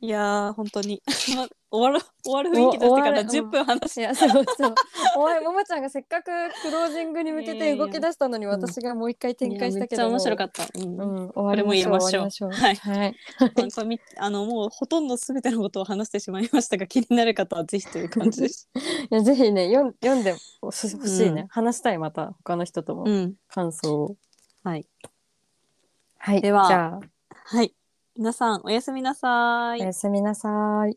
Speaker 2: いやー、本当に。 (laughs) ま終わる、終わる雰囲気出してから
Speaker 1: お終わる
Speaker 2: 10分話し
Speaker 1: いやそうそう。おいももちゃんがせっかくクロージングに向け
Speaker 2: いやいや
Speaker 1: て
Speaker 2: いや
Speaker 1: 動き出したのに
Speaker 2: うん
Speaker 1: 私がもう一回展開したけ
Speaker 2: めっ
Speaker 1: ど
Speaker 2: ちゃ面白か
Speaker 1: っ
Speaker 2: った。うん。
Speaker 1: うん、終わりましょう。終わりましょう。
Speaker 2: これも入れましょう
Speaker 1: はい。
Speaker 2: なんかみあの、もうほとんど全てのことを話してしまいましたが、気になる方はぜひという感じです。
Speaker 1: いやぜひね、読ん読んでほしほしいね、
Speaker 2: うん
Speaker 1: 話したいまた他の人とも
Speaker 2: うん。
Speaker 1: 感想を。
Speaker 2: はい。
Speaker 1: はい。
Speaker 2: では
Speaker 1: じゃあ
Speaker 2: はい。皆さん、おやすみなさい
Speaker 1: お。やすみなさい。